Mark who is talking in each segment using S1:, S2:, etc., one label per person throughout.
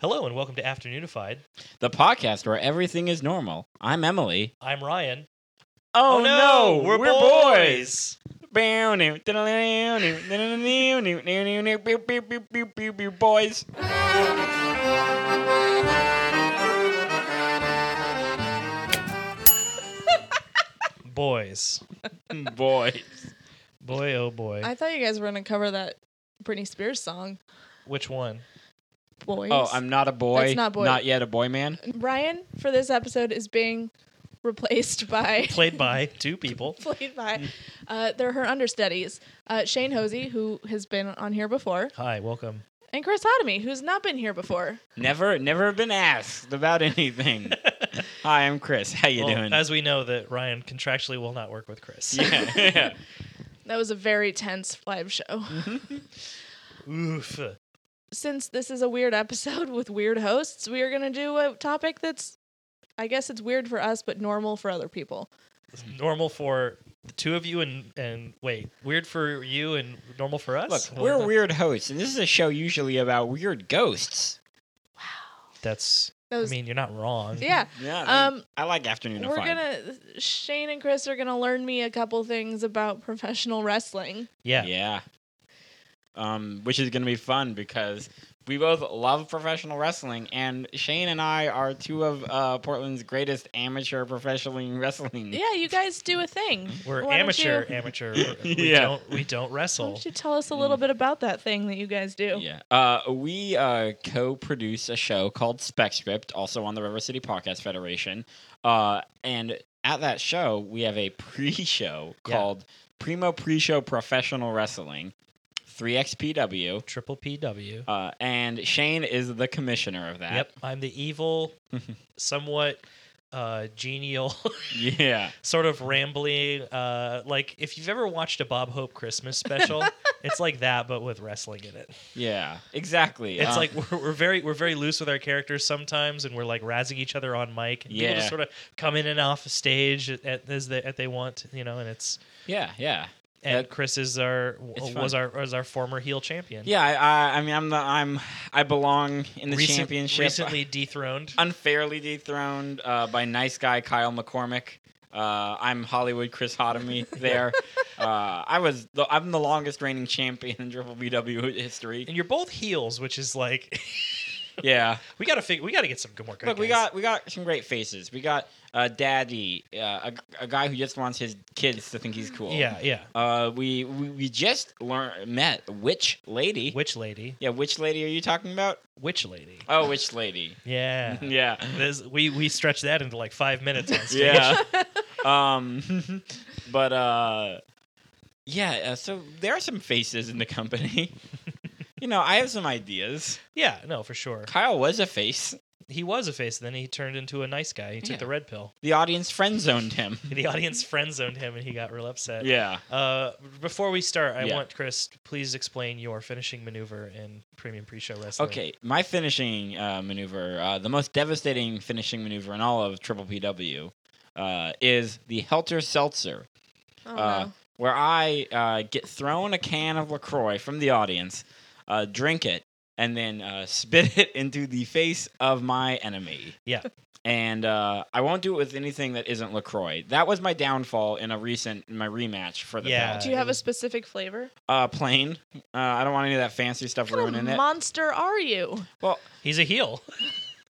S1: Hello and welcome to Afternoonified.
S2: the podcast where everything is normal. I'm Emily.
S1: I'm Ryan.
S2: Oh,
S1: we're, boys.
S2: Boys.
S1: Boys.
S2: Boys.
S1: Boy, oh boy.
S3: I thought you guys were gonna cover that Britney Spears song,
S1: Which one?
S3: Boys.
S2: Oh, I'm not a boy.
S3: That's not boy.
S2: yet a boy man.
S3: Ryan for this episode is being replaced by
S1: Played by two people.
S3: played
S2: Mm.
S3: by uh, they're her understudies. Uh, Shane Hosey, who has been on here before,
S1: Hi, welcome.
S3: and Chris Hotomy, who's not been here before.
S2: Never never been asked about anything. Hi, I'm Chris. How you
S1: Well,
S2: doing?
S1: As we know that Ryan contractually will not work with Chris.
S2: yeah, yeah.
S3: That was a very tense live show.
S2: Mm.
S1: Oof.
S3: Since this is a weird episode with weird hosts, we are gonna do a topic that's I guess it's weird for us, but normal for other people.
S1: Normal for the two of you and and wait, weird for you and normal for
S2: Look,
S1: us.
S2: we're weird hosts, and this is a show usually about weird ghosts.
S1: That's.
S3: That was
S1: I mean, you're not wrong.
S3: yeah.
S2: Yeah, I-
S3: Um,
S2: I like afternoon.
S3: We're
S2: Fun.
S3: gonna Shane and Chris are gonna learn me a couple things about professional wrestling.
S1: Yeah.
S2: Yeah. Um, which is going to be fun because we both love professional wrestling, and Shane and I are two of uh, Portland's greatest amateur professional wrestling.
S3: Yeah, you guys do a thing.
S2: Mm-hmm.
S1: We're
S3: Why don't
S1: amateur,
S3: You,
S1: amateur. We
S2: Yeah.
S1: don't we don't
S3: why
S1: wrestle.
S3: don't you tell us a little bit about that thing that you guys do?
S2: Mm-hmm. Yeah. Uh, we uh, co-produce a show called Spec Script, also on the River City Podcast Federation. Uh, and at that show, we have a pre-show
S1: Yeah.
S2: called Primo Pre-Show Professional Wrestling, 3XPW.
S1: Triple PW.
S2: Uh, and Shane is the commissioner of that.
S1: Yep, I'm the evil,
S2: Mm-hmm.
S1: somewhat uh, genial,
S2: Yeah.
S1: sort of rambling. Uh, like if you've ever watched a Bob Hope Christmas special, it's like that, but with wrestling in it.
S2: Yeah, exactly.
S1: It's
S2: Uh,
S1: like we're, we're very we're very loose with our characters sometimes, and we're like razzing each other on mic. And People just
S2: Yeah.
S1: sort of come in and off stage at, at, as they, at they want, you know. And it's
S2: yeah, yeah,
S1: and
S2: That-
S1: Chris is our
S2: It's
S1: was our was our former heel champion.
S2: yeah. I, I, I mean, I'm the, I'm, I belong in the
S1: Recent-
S2: championship.
S1: recently dethroned.
S2: unfairly dethroned uh, by nice guy Kyle McCormick. Uh, I'm Hollywood Chris Hotomy there. uh, I was, the, I'm the longest reigning champion in Triple BW history.
S1: and you're both heels, which is like
S2: Yeah.
S1: we gotta figure we gotta get some good more. good
S2: Look, we
S1: guys.
S2: got we got some great faces. We got uh, Daddy, uh, a, a guy who just wants his kids to think he's cool.
S1: yeah yeah.
S2: Uh, we, we we just learned met Witch Lady.
S1: Which lady?
S2: Yeah, which lady are you talking about?
S1: Which lady?
S2: Oh, which lady?
S1: Yeah.
S2: Yeah.
S1: This, we we stretched that into like five minutes on stage.
S2: Mm-hmm. Yeah. um, but uh, yeah. Uh, so there are some faces in the company. you know, I have some ideas.
S1: Yeah, no, for sure.
S2: Kyle was a face.
S1: He was a face, then he turned into a nice guy. He took
S2: Yeah.
S1: the red pill.
S2: The audience friend zoned him.
S1: The audience friend zoned him and he got real upset.
S2: Yeah.
S1: Uh, before we start, I
S2: Yeah.
S1: want Chris, please explain your finishing maneuver in premium pre show wrestling.
S2: Okay, my finishing uh, maneuver, uh, the most devastating finishing maneuver in all of Triple PW, uh, is the Helter Seltzer.
S3: Oh,
S2: uh,
S3: no.
S2: where I uh, get thrown a can of LaCroix from the audience, uh, drink it, and then uh, spit it into the face of my enemy.
S1: Yeah.
S2: And uh, I won't do it with anything that isn't LaCroix. That was my downfall in a recent, in my rematch for the
S1: Yeah.
S2: belt.
S3: Do you have a specific flavor?
S2: Uh, plain. Uh, I don't want any of that fancy stuff
S3: What kind
S2: ruining
S3: of
S2: it.
S3: monster are you?
S2: Well,
S1: He's a heel.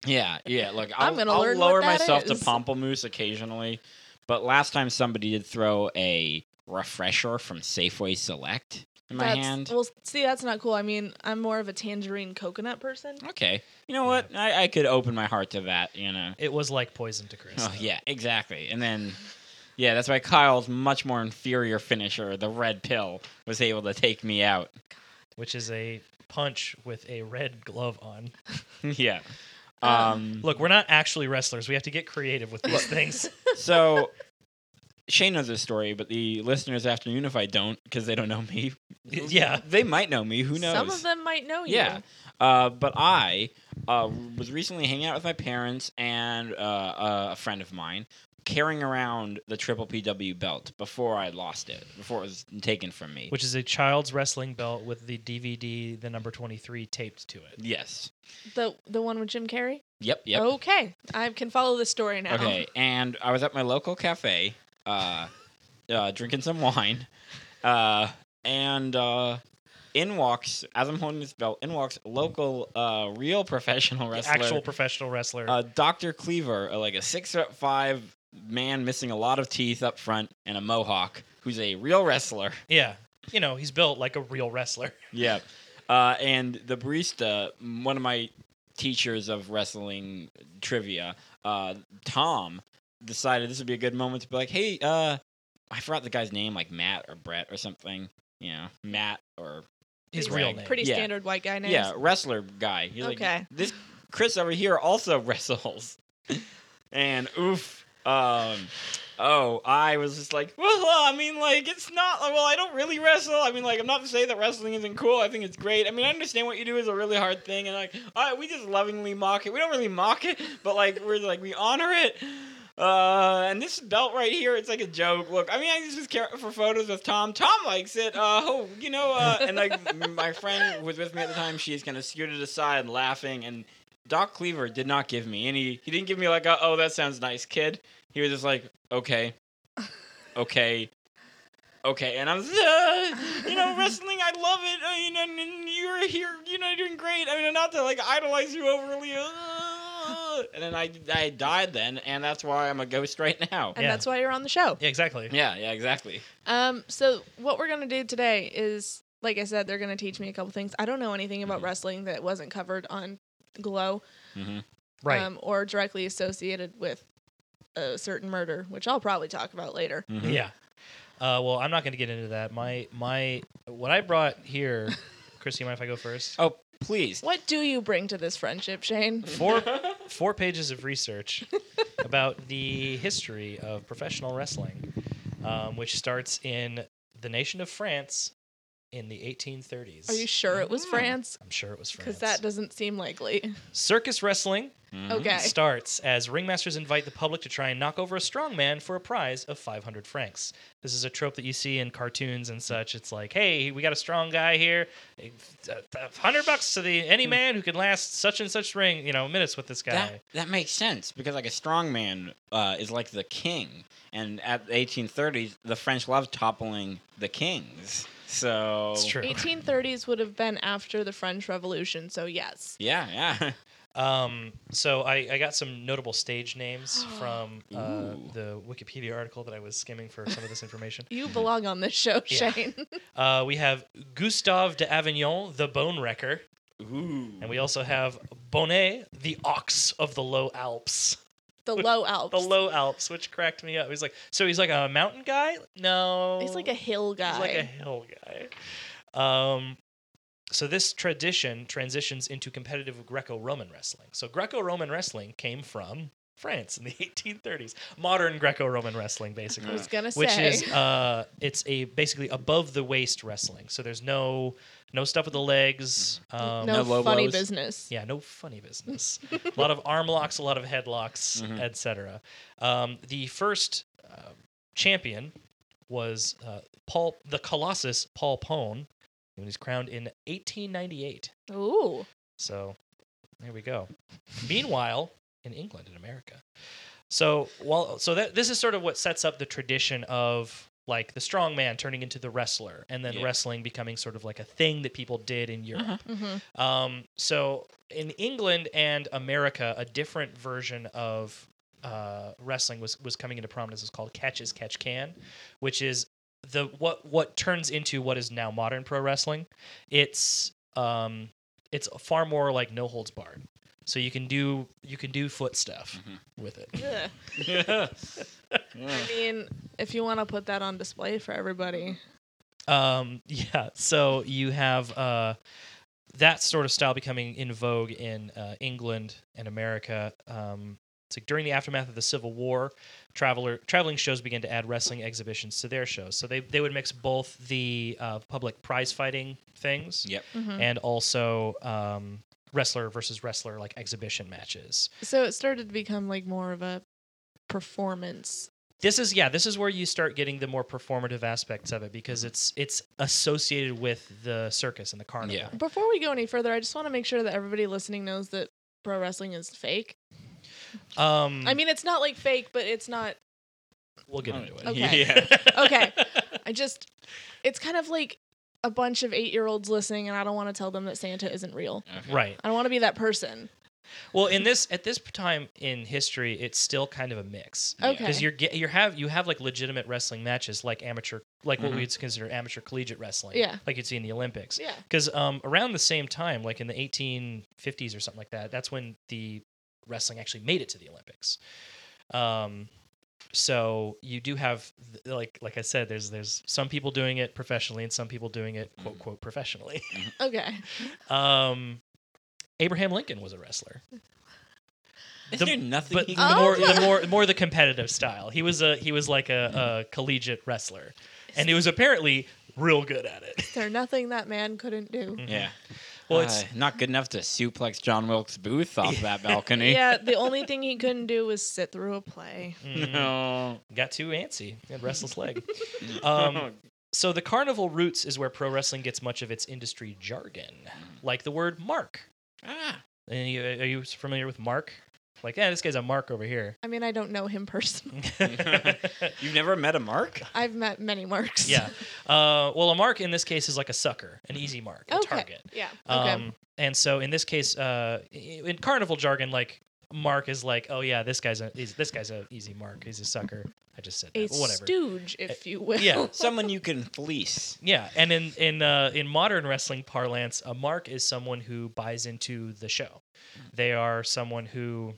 S2: yeah, yeah. Look, I'll,
S3: I'm gonna
S2: I'll
S3: learn what
S2: lower
S3: that
S2: myself
S3: is.
S2: to Pomplamoose occasionally, but last time somebody did throw a refresher from Safeway Select in my
S3: that's,
S2: hand.
S3: Well, see, that's not cool. I mean, I'm more of a tangerine coconut person.
S2: Okay. You know what? I, I could open my heart to that, you know.
S1: It was like poison to Chris.
S2: Oh yeah, exactly. And then yeah, that's why Kyle's much more inferior finisher, the red pill, was able to take me out.
S1: Which is a punch with a red glove on.
S2: yeah.
S3: Um,
S2: Um
S1: Look, we're not actually wrestlers. We have to get creative with these things.
S2: so Shane knows this story, but the listeners after Unify don't because they don't know me.
S1: Yeah.
S2: They might know me, who knows?
S3: Some of them might know you.
S2: Yeah. Uh, but I uh, was recently hanging out with my parents and uh, a uh, friend of mine carrying around the Triple PW belt before I lost it, before it was taken from me.
S1: which is a child's wrestling belt with the DVD, the number 23 taped to it.
S2: yes.
S3: The the one with Jim Carrey.
S2: Yep. Yep.
S1: Oh,
S3: Okay, I can follow the story now.
S2: Okay, and I was at my local cafe, uh, uh, drinking some wine, uh, and uh, in walks as I'm holding this belt, in walks local, uh, real professional
S1: The
S2: wrestler,
S1: Actual professional wrestler.
S2: uh, Doctor Cleaver, uh, like a six foot five man missing a lot of teeth up front and a mohawk, who's a real wrestler.
S1: yeah. You know, he's built like a real wrestler.
S2: Yeah. Uh, and the barista, m- one of my teachers of wrestling trivia, uh, Tom, decided this would be a good moment to be like, hey, uh, I forgot the guy's name, like Matt or Brett or something. You know, Matt or.
S1: His
S3: Pretty-
S1: real
S2: Right.
S1: name.
S3: Pretty
S2: Yeah.
S3: standard white guy names.
S2: Yeah, wrestler guy. He's
S3: Okay.
S2: like, this Chris over here also wrestles. and oof. Um, oh, I was just like, well, I mean, like, it's not, well, I don't really wrestle. I mean, like, I'm not to say that wrestling isn't cool. I think it's great. I mean, I understand what you do is a really hard thing. And, like, I, we just lovingly mock it. We don't really mock it, but, like, we're like, we honor it. Uh, and this belt right here, it's like a joke. Look, I mean, I just was care- for photos with Tom. Tom likes it. Uh, oh, you know, uh, and like m- my friend who was with me at the time, she's kind of scooted aside, laughing. And Doc Cleaver did not give me any. He didn't give me like, a, oh, that sounds nice, kid. He was just like, okay, okay. Okay, and I was, uh, you know, wrestling. I love it. Uh, I mean, and, and you're here. You know, you're doing great. I mean, not to like idolize you overly. Uh, and then I, I died then, and that's why I'm a ghost right now.
S3: And
S1: Yeah.
S3: that's why you're on the show.
S1: Yeah, exactly.
S2: Yeah, yeah, exactly.
S3: Um, so what we're gonna do today is, like I said, they're gonna teach me a couple things. I don't know anything about
S1: Mm-hmm.
S2: Mhm.
S3: wrestling that wasn't covered on Glow,
S2: Mm-hmm.
S1: Right.
S3: um, or directly associated with a certain murder, which I'll probably talk about later.
S2: mm-hmm.
S1: Yeah. Uh, well, I'm not going to get into that. My my what I brought here, Christy, mind if I go first?
S2: Oh, please.
S3: What do you bring to this friendship, Shane?
S1: Four four pages of research about the history of professional wrestling, um, which starts in the nation of France in the 1830s.
S3: Are you sure it was
S2: Mm.
S3: France?
S1: I'm sure it was Mm-hmm. France. Mm-hmm.
S3: Because that doesn't seem likely.
S1: Circus wrestling
S3: Okay.
S1: starts as ringmasters invite the public to try and knock over a strong man for a prize of 500 francs. This is a trope that you see in cartoons and such. It's like, hey, we got a strong guy here, eh, uh, 100 bucks to the any man who can last such and such ring, you know, minutes with this guy.
S2: That, that makes sense because like a strongman uh, is like the king, and at the 1830s, the French loved toppling the kings. So
S1: It's true.
S3: 1830s would have been after the French Revolution, so yes.
S2: Yeah, yeah.
S1: Um, so I, I got some notable stage names from uh,
S2: Ooh.
S1: the Wikipedia article that I was skimming for some of this information.
S3: You belong on this show,
S1: Mm-hmm. Yeah.
S3: Shane.
S1: Uh, we have Gustave d'Avignon, the Bone Wrecker.
S2: Ooh.
S1: And we also have Bonnet, the ox of the Low Alps.
S3: The Low Alps.
S1: The Low Alps, which cracked me up. He's like, so he's like a mountain guy? No.
S3: He's like a hill guy.
S1: He's like a hill guy. Um, so this tradition transitions into competitive Greco-Roman wrestling. So Greco-Roman wrestling came from France in the 1830s. Modern Greco-Roman wrestling, basically
S3: I was gonna say.
S1: which is uh it's a basically above the waist wrestling so there's no no stuff with the legs um
S3: no,
S2: No
S3: funny
S2: Lobos.
S3: business.
S1: yeah no funny business a lot of arm locks a lot of headlocks
S2: Mhm.
S1: etc um the first uh, champion was uh paul the colossus paul pone and he was crowned in 1898
S3: Ooh.
S1: so there we go. Meanwhile, in England and America. So while so that this is sort of what sets up the tradition of like the strong man turning into the wrestler and then
S2: Yeah.
S1: wrestling becoming sort of like a thing that people did in Europe.
S2: Uh-huh.
S3: Mhm.
S1: Um, so in England and America, a different version of uh, wrestling was was coming into prominence. It's called catch as catch can, which is the what what turns into what is now modern pro wrestling. It's um, it's far more like no holds barred. So you can do you can do foot stuff
S2: Mhm.
S1: with it.
S3: Ugh.
S2: yeah.
S3: I mean, if you want to put that on display for everybody,
S1: Um, yeah. So you have uh, that sort of style becoming in vogue in uh, England and America. Um, it's like during the aftermath of the Civil War, traveler traveling shows began to add wrestling exhibitions to their shows. So they they would mix both the uh, public prize fighting things
S2: Yep.
S3: Mm-hmm.
S1: and also um, wrestler versus wrestler like exhibition matches.
S3: so it started to become like more of a performance.
S1: this is yeah this is where you start getting the more performative aspects of it because it's it's associated with the circus and the carnival
S2: Yeah.
S3: Before we go any further, I just want to make sure that everybody listening knows that pro wrestling is fake.
S1: um
S3: I mean, it's not like fake, but it's not.
S1: we'll get into it
S3: Okay.
S2: Yeah.
S3: Okay. I just, it's kind of like a bunch of eight year olds listening, and I don't want to tell them that Santa isn't real.
S2: Okay.
S1: right
S3: I don't want to be that person.
S1: well in this at this time in history it's still kind of a mix
S2: Yeah.
S3: Okay.
S1: because you're get you have you have like legitimate wrestling matches like amateur like what
S2: Mhm.
S1: we'd consider amateur collegiate wrestling
S3: Yeah.
S1: like you'd see in the olympics
S3: yeah.
S1: because um around the same time like in the 1850s or something like that that's when the wrestling actually made it to the olympics um so you do have th- like like i said there's there's some people doing it professionally and some people doing it quote
S2: Mhm.
S1: quote professionally
S3: Okay.
S1: um abraham lincoln was a wrestler
S2: Is
S1: The-
S2: there nothing
S1: but
S2: he
S1: the
S2: can
S3: Oh,
S1: more
S3: yeah.
S1: the more more the competitive style. He was a he was like a, a collegiate wrestler, and he was apparently real good at it. Mm-hmm.
S3: Is there nothing that man couldn't do?
S2: Yeah.
S1: Well, it's
S2: Uh, not good enough to suplex John Wilkes Booth off that balcony.
S3: Yeah, the only thing he couldn't do was sit through a play.
S1: mm,
S2: No.
S1: got too antsy and restless leg.
S2: Oh.
S1: Um, so the carnival roots is where pro wrestling gets much of its industry
S2: Mm.
S1: jargon, like the word mark.
S2: ah.
S1: And you, are you familiar with mark? Like, yeah, this guy's a mark over here.
S3: I mean, I don't know him personally.
S2: You've never met a Mark?
S3: I've met many marks.
S1: yeah. Uh, well, a mark in this case is like a sucker, an easy mark, a
S3: Okay.
S1: target.
S3: Yeah. Okay.
S1: Um, and so in this case, uh, i- in carnival jargon, like Mark is like, oh yeah, this guy's a he's, this guy's a easy Mark. He's a sucker. I just said
S3: a
S1: that. Well, Whatever.
S3: stooge, if you will.
S1: yeah.
S2: Someone you can fleece.
S1: Yeah, and in in uh, in modern wrestling parlance, a mark is someone who buys into the show. They are someone who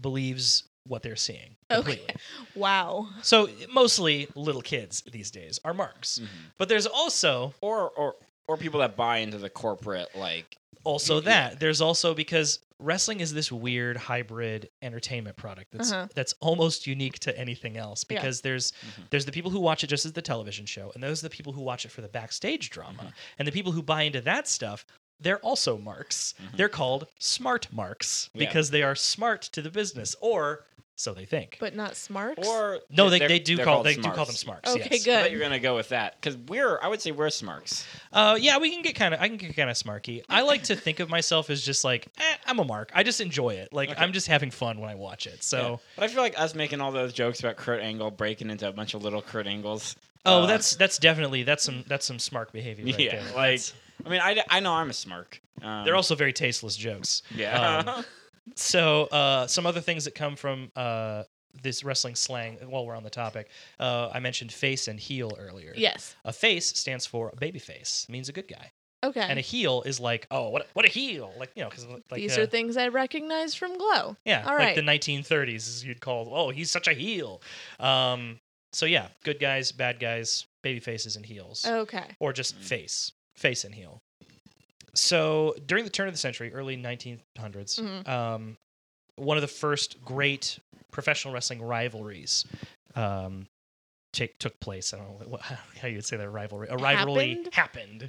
S1: believes what they're seeing
S3: Okay.
S1: completely.
S3: Wow.
S1: So mostly little kids these days are marks.
S2: Mm.
S1: But there's also
S2: Or or or people that buy into the corporate like
S1: also
S2: Yeah.
S1: that there's also because wrestling is this weird hybrid entertainment product that's
S3: Uh-huh.
S1: that's almost unique to anything else
S3: Yeah.
S1: because there's
S2: Mhm.
S1: there's the people who watch it just as the television show and those are the people who watch it for the backstage drama
S2: Mm-hmm.
S1: and the people who buy into that stuff they're also marks
S2: Mhm.
S1: they're called smart marks
S2: Yeah.
S1: because they are smart to the business or so they think
S3: But not smarks.
S2: or
S1: no they,
S2: they're-
S1: they do
S2: they're
S1: call
S2: called
S1: they do
S2: smarks.
S1: call them smarks
S3: Okay,
S1: yes.
S3: good.
S2: I thought you were gonna go with that because we're I would say we're smarks.
S1: Uh, yeah, we can get kind of. I can get kind of smarky. I like to think of myself as just like eh, I'm a mark. I just enjoy it. Like
S2: Okay.
S1: I'm just having fun when I watch it. So
S2: Yeah. but I feel like us making all those jokes about Kurt Angle breaking into a bunch of little Kurt Angles.
S1: oh,
S2: uh,
S1: that's that's definitely that's some that's some smart behavior. Right
S2: yeah.
S1: there.
S2: Like
S1: That's-
S2: I mean, I, I know I'm a smark. Um,
S1: they're also very tasteless jokes.
S2: yeah.
S1: um, So uh, some other things that come from uh, this wrestling slang. While we're on the topic, uh, I mentioned face and heel earlier.
S3: Yes.
S1: A face stands for baby face, means a good guy,
S3: Okay.
S1: and a heel is like oh what a- what a heel like you know because like
S3: These
S1: uh,
S3: are things I recognize from Glow.
S1: Yeah,
S3: All
S1: like
S3: right.
S1: the 1930s, is you'd call, oh, he's such a heel. Um, so yeah, good guys, bad guys, baby faces and heels,
S3: Okay.
S1: or just face, face and heel. So during the turn of the century, early 1900s,
S3: Mhm.
S1: um, one of the first great professional wrestling rivalries um, take, took place. I don't know what, how you would say that rivalry. A rivalry
S3: Happened?
S1: happened.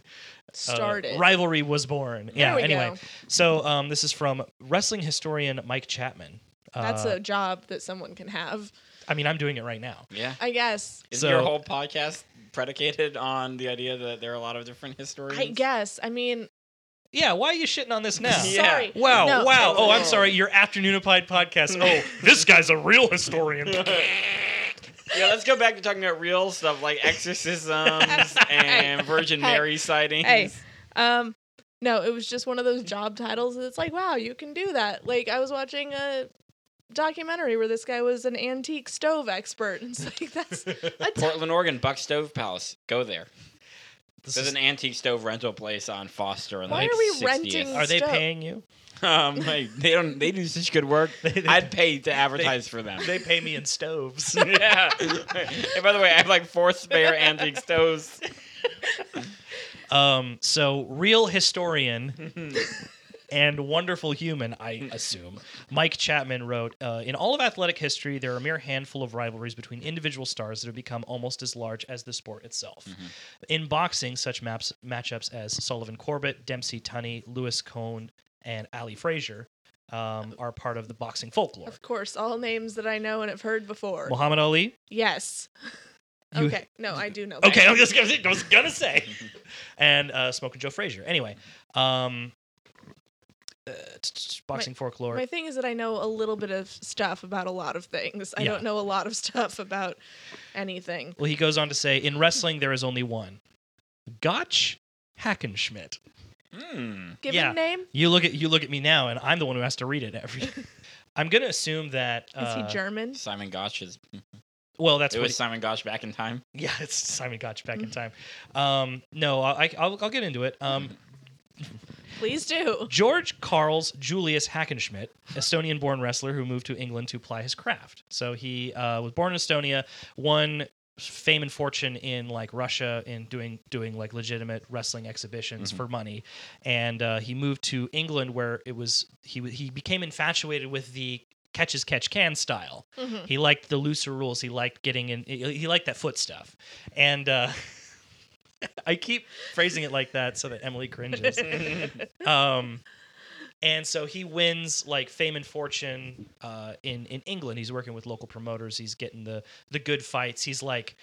S1: Uh,
S3: Started.
S1: rivalry was born.
S3: There
S1: yeah.
S3: we
S1: anyway,
S3: go.
S1: so um, this is from wrestling historian Mike Chapman.
S3: That's
S1: uh,
S3: a job that someone can have,
S1: I mean, I'm doing it right now.
S2: yeah.
S3: I guess.
S2: Is
S1: So-
S2: your whole podcast predicated on the idea that there are a lot of different historians?
S3: I guess. I mean,
S1: Yeah, why are you shitting on this now?
S2: Yeah.
S3: sorry.
S1: Wow,
S3: No,
S1: wow.
S3: no,
S1: Oh, I'm
S3: no.
S1: sorry. Your afternoon of Pied podcast. Oh, this guy's a real historian.
S2: Yeah, let's go back to talking about real stuff like exorcisms and Virgin
S3: Hey.
S2: Mary sightings.
S3: Hey. Um, no, it was just one of those job titles that it's like, wow, you can do that. Like I was watching a documentary where this guy was an antique stove expert. And it's like that's a t-
S2: Portland, Oregon, Buck Stove Palace. Go there.
S1: This
S2: There's
S1: is-
S2: an antique stove rental place on Foster and
S3: Why
S2: like
S3: are we
S2: 60th.
S3: renting-
S1: are they
S3: Stop.
S1: paying you?
S2: Um, like, they don't. They do such good work.
S1: They- they-
S2: I'd pay to advertise for them.
S1: They pay me in stoves.
S2: yeah. and by the way, I have like four spare antique stoves.
S1: um, so, real historian and wonderful human, I assume, Mike Chapman wrote uh, In all of athletic history, there are a mere handful of rivalries between individual stars that have become almost as large as the sport itself. In boxing, such maps, matchups as Sullivan Corbett, Dempsey Tunney, Lewis Cohn, and Ali Frazier um, are part of the boxing folklore.
S3: Of course, all names that I know and have heard before.
S1: Muhammad Ali.
S3: Yes.
S1: You-
S3: okay. No, I do know.
S1: Okay,
S3: that.
S1: I'm just gonna, I was gonna say, and uh, Smoking Joe Frazier. Anyway, um, uh, t- t- boxing folklore.
S3: My thing is that I know a little bit of stuff about a lot of things. I
S1: Yeah.
S3: don't know a lot of stuff about anything.
S1: Well, he goes on to say, in wrestling, there is only one, Gotch Hackenschmidt.
S2: Hmm.
S3: Given
S1: Yeah.
S3: name?
S1: You look at you look at me now, and I'm the one who has to read it every. I'm gonna assume that.
S3: Is
S1: Uh,
S3: he German?
S2: Simon Gotch is.
S1: well, that's
S2: it
S1: what
S2: was Simon Gotch back in time.
S1: Yeah, it's Simon Gotch back
S3: Mm.
S1: in time. Um, no, I, I'll, I'll get into it. Um,
S3: Please do.
S1: George Carls Julius Hackenschmidt, Estonian born wrestler who moved to England to ply his craft. So he uh, was born in Estonia, won fame and fortune in like Russia in doing doing like legitimate wrestling exhibitions for money and uh, he moved to England where it was he w- he became infatuated with the catch as catch can style.
S3: Mhm.
S1: He liked the looser rules. He liked getting in. He he liked that foot stuff, and uh, I keep phrasing it like that so that Emily cringes. um, and so he wins like fame and fortune uh, in in England. He's working with local promoters. He's getting the the good fights. He's like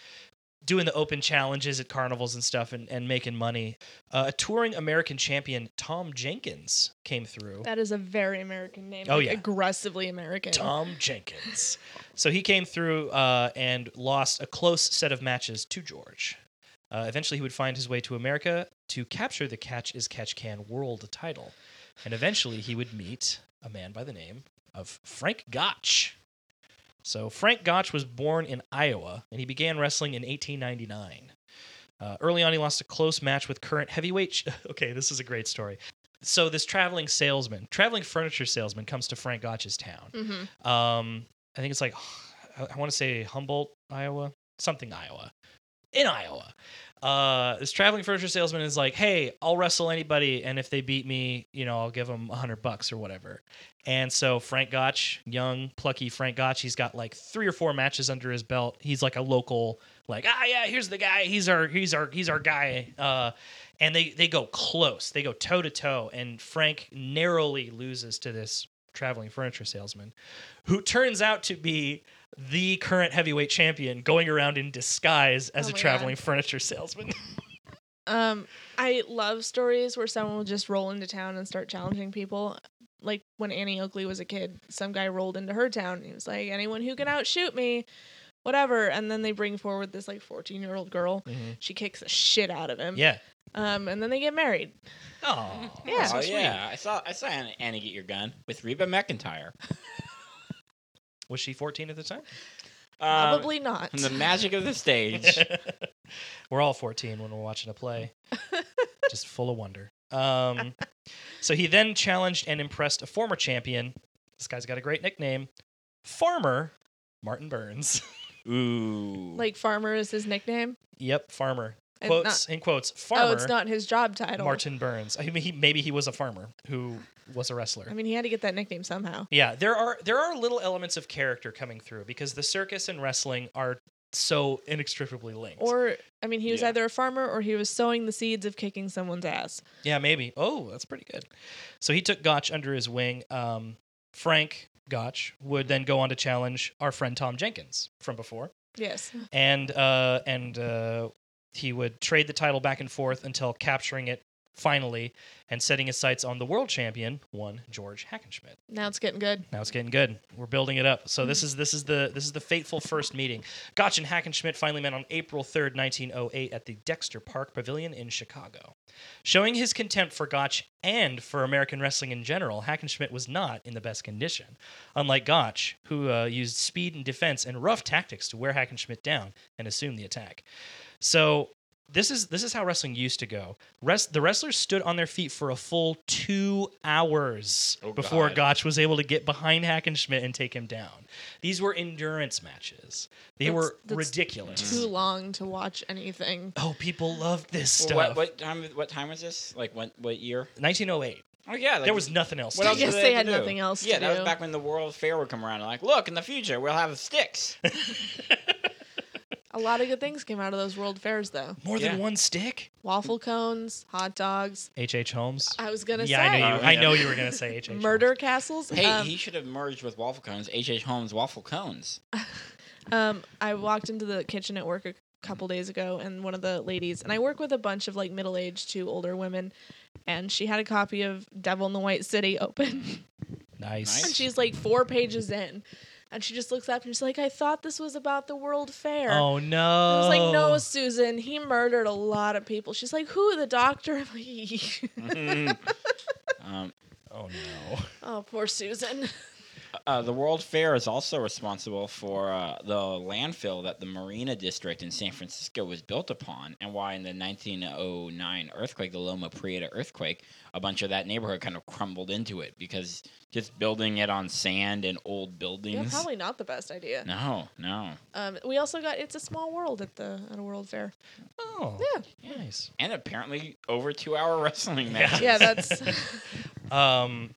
S1: doing the open challenges at carnivals and stuff and, and making money. Uh, a touring American champion, Tom Jenkins, came through.
S3: That is a very American name.
S1: Oh,
S3: like,
S1: yeah.
S3: Aggressively American.
S1: Tom Jenkins. So he came through uh, and lost a close set of matches to George. Uh, eventually, he would find his way to America to capture the Catch is Catch Can World title. And eventually, he would meet a man by the name of Frank Gotch. So, Frank Gotch was born in Iowa and he began wrestling in 1899. Uh, early on, he lost a close match with current heavyweight. ch- okay, this is a great story. So, this traveling salesman, traveling furniture salesman, comes to Frank Gotch's town
S3: Mhm.
S1: um, I think it's like I, I want to say Humboldt, Iowa, something Iowa, in Iowa. Uh, this traveling furniture salesman is like, "Hey, I'll wrestle anybody, and if they beat me, you know, I'll give them a hundred bucks or whatever." And so Frank Gotch, young plucky Frank Gotch, he's got like three or four matches under his belt. He's like a local, like, ah, yeah, here's the guy. He's our, he's our, he's our guy. Uh, and they they go close, they go toe to toe, and Frank narrowly loses to this traveling furniture salesman who turns out to be the current heavyweight champion going around in disguise as
S3: Oh
S1: a
S3: my
S1: traveling furniture salesman.
S3: Um, I love stories where someone will just roll into town and start challenging people. Like when Annie Oakley was a kid, some guy rolled into her town and he was like, anyone who can outshoot me, whatever. And then they bring forward this like 14 year old girl.
S2: Mm-hmm.
S3: She kicks the shit out of him.
S1: Yeah.
S3: Um, and then they get married.
S1: Oh.
S3: Yeah.
S2: oh yeah, I saw I saw Annie, Annie get your gun with Reba McIntyre.
S1: Was she 14 at the time?
S2: Um,
S3: Probably not.
S2: from the magic of the stage.
S1: we're all 14 when we're watching a play. Just full of wonder. Um, so he then challenged and impressed a former champion. This guy's got a great nickname. Farmer Martin Burns.
S2: Ooh,
S3: like farmer is his nickname.
S1: yep, farmer.
S3: And
S1: Quotes in quotes. Farmer
S3: oh, it's not his job title.
S1: Martin Burns. I mean, he, maybe he was a farmer who was a wrestler.
S3: I mean, he had to get that nickname somehow.
S1: Yeah, there are there are little elements of character coming through because the circus and wrestling are so inextricably linked.
S3: Or I mean, he was
S2: Yeah.
S3: either a farmer or he was sowing the seeds of kicking someone's ass.
S1: yeah, maybe. Oh, that's pretty good. So he took Gotch under his wing. Um, Frank Gotch would then go on to challenge our friend Tom Jenkins from before,
S3: Yes.
S1: and uh, and uh, he would trade the title back and forth until capturing it finally and setting his sights on the world champion, one George Hackenschmidt.
S3: Now it's getting good.
S1: Now it's getting good. We're building it up. So this is this is the this is the fateful first meeting. Gotch and Hackenschmidt finally met on April 3rd, 1908 at the Dexter Park Pavilion in Chicago. Showing his contempt for Gotch and for American wrestling in general, Hackenschmidt was not in the best condition. Unlike Gotch, who uh, used speed and defense and rough tactics to wear Hackenschmidt down and assume the attack. So this is this is how wrestling used to go. Rest, the wrestlers stood on their feet for a full two hours
S2: Oh,
S1: before
S2: God.
S1: Gotch was able to get behind Hackenschmidt and take him down. These were endurance matches. They
S3: That's-
S1: were
S3: that's
S1: ridiculous.
S3: Too long to watch anything.
S1: oh, people loved this
S2: Well,
S1: stuff.
S2: what, what time? What time was this? Like what? What year?
S1: 1908.
S2: Oh yeah, like,
S1: there was nothing else.
S2: What
S1: to
S2: else
S1: do.
S3: Yes,
S2: did
S3: they
S2: have to
S3: had
S2: do?
S3: nothing else
S2: Yeah,
S3: to
S2: that
S3: do.
S2: was back when the World Fair would come around. and Like, look, in the future we'll have sticks.
S3: A lot of good things came out of those world fairs, though.
S1: More
S2: Yeah.
S1: than one stick?
S3: Waffle cones, hot dogs.
S1: H.H. H. Holmes.
S3: I was gonna
S1: yeah, I
S3: say
S1: know you.
S2: Oh,
S1: I
S2: yeah.
S1: know you were gonna say H.H. Holmes.
S3: murder castles.
S2: Hey,
S3: um,
S2: he should have merged with waffle cones. H.H. H. Holmes waffle cones.
S3: Um, I walked into the kitchen at work a couple days ago, and one of the ladies, and I work with a bunch of like middle aged to older women, and she had a copy of Devil in the White City open,
S1: Nice.
S2: Nice.
S3: and she's like four pages in, and she just looks up and she's like, "I thought this was about the World Fair."
S1: Oh
S3: And
S1: no.
S3: I was like,
S1: Oh.
S3: "No, Susan, he murdered a lot of people." She's like, "Who? The doctor?" I'm like,
S2: um,
S1: Oh no.
S3: "Oh, poor Susan."
S2: Uh, the World Fair is also responsible for uh, the landfill that the Marina District in San Francisco was built upon, and why in the 1909 earthquake, the Loma Prieta earthquake, a bunch of that neighborhood kind of crumbled into it because just building it on sand and old
S3: Yeah,
S2: buildings.
S3: probably not the best idea.
S2: No, no.
S3: Um, we also got "It's a Small World" at the at a World Fair.
S1: Oh.
S3: Yeah,
S1: Nice.
S2: And apparently over two hour wrestling
S1: Yeah.
S2: matches.
S3: yeah, that's.
S1: Um,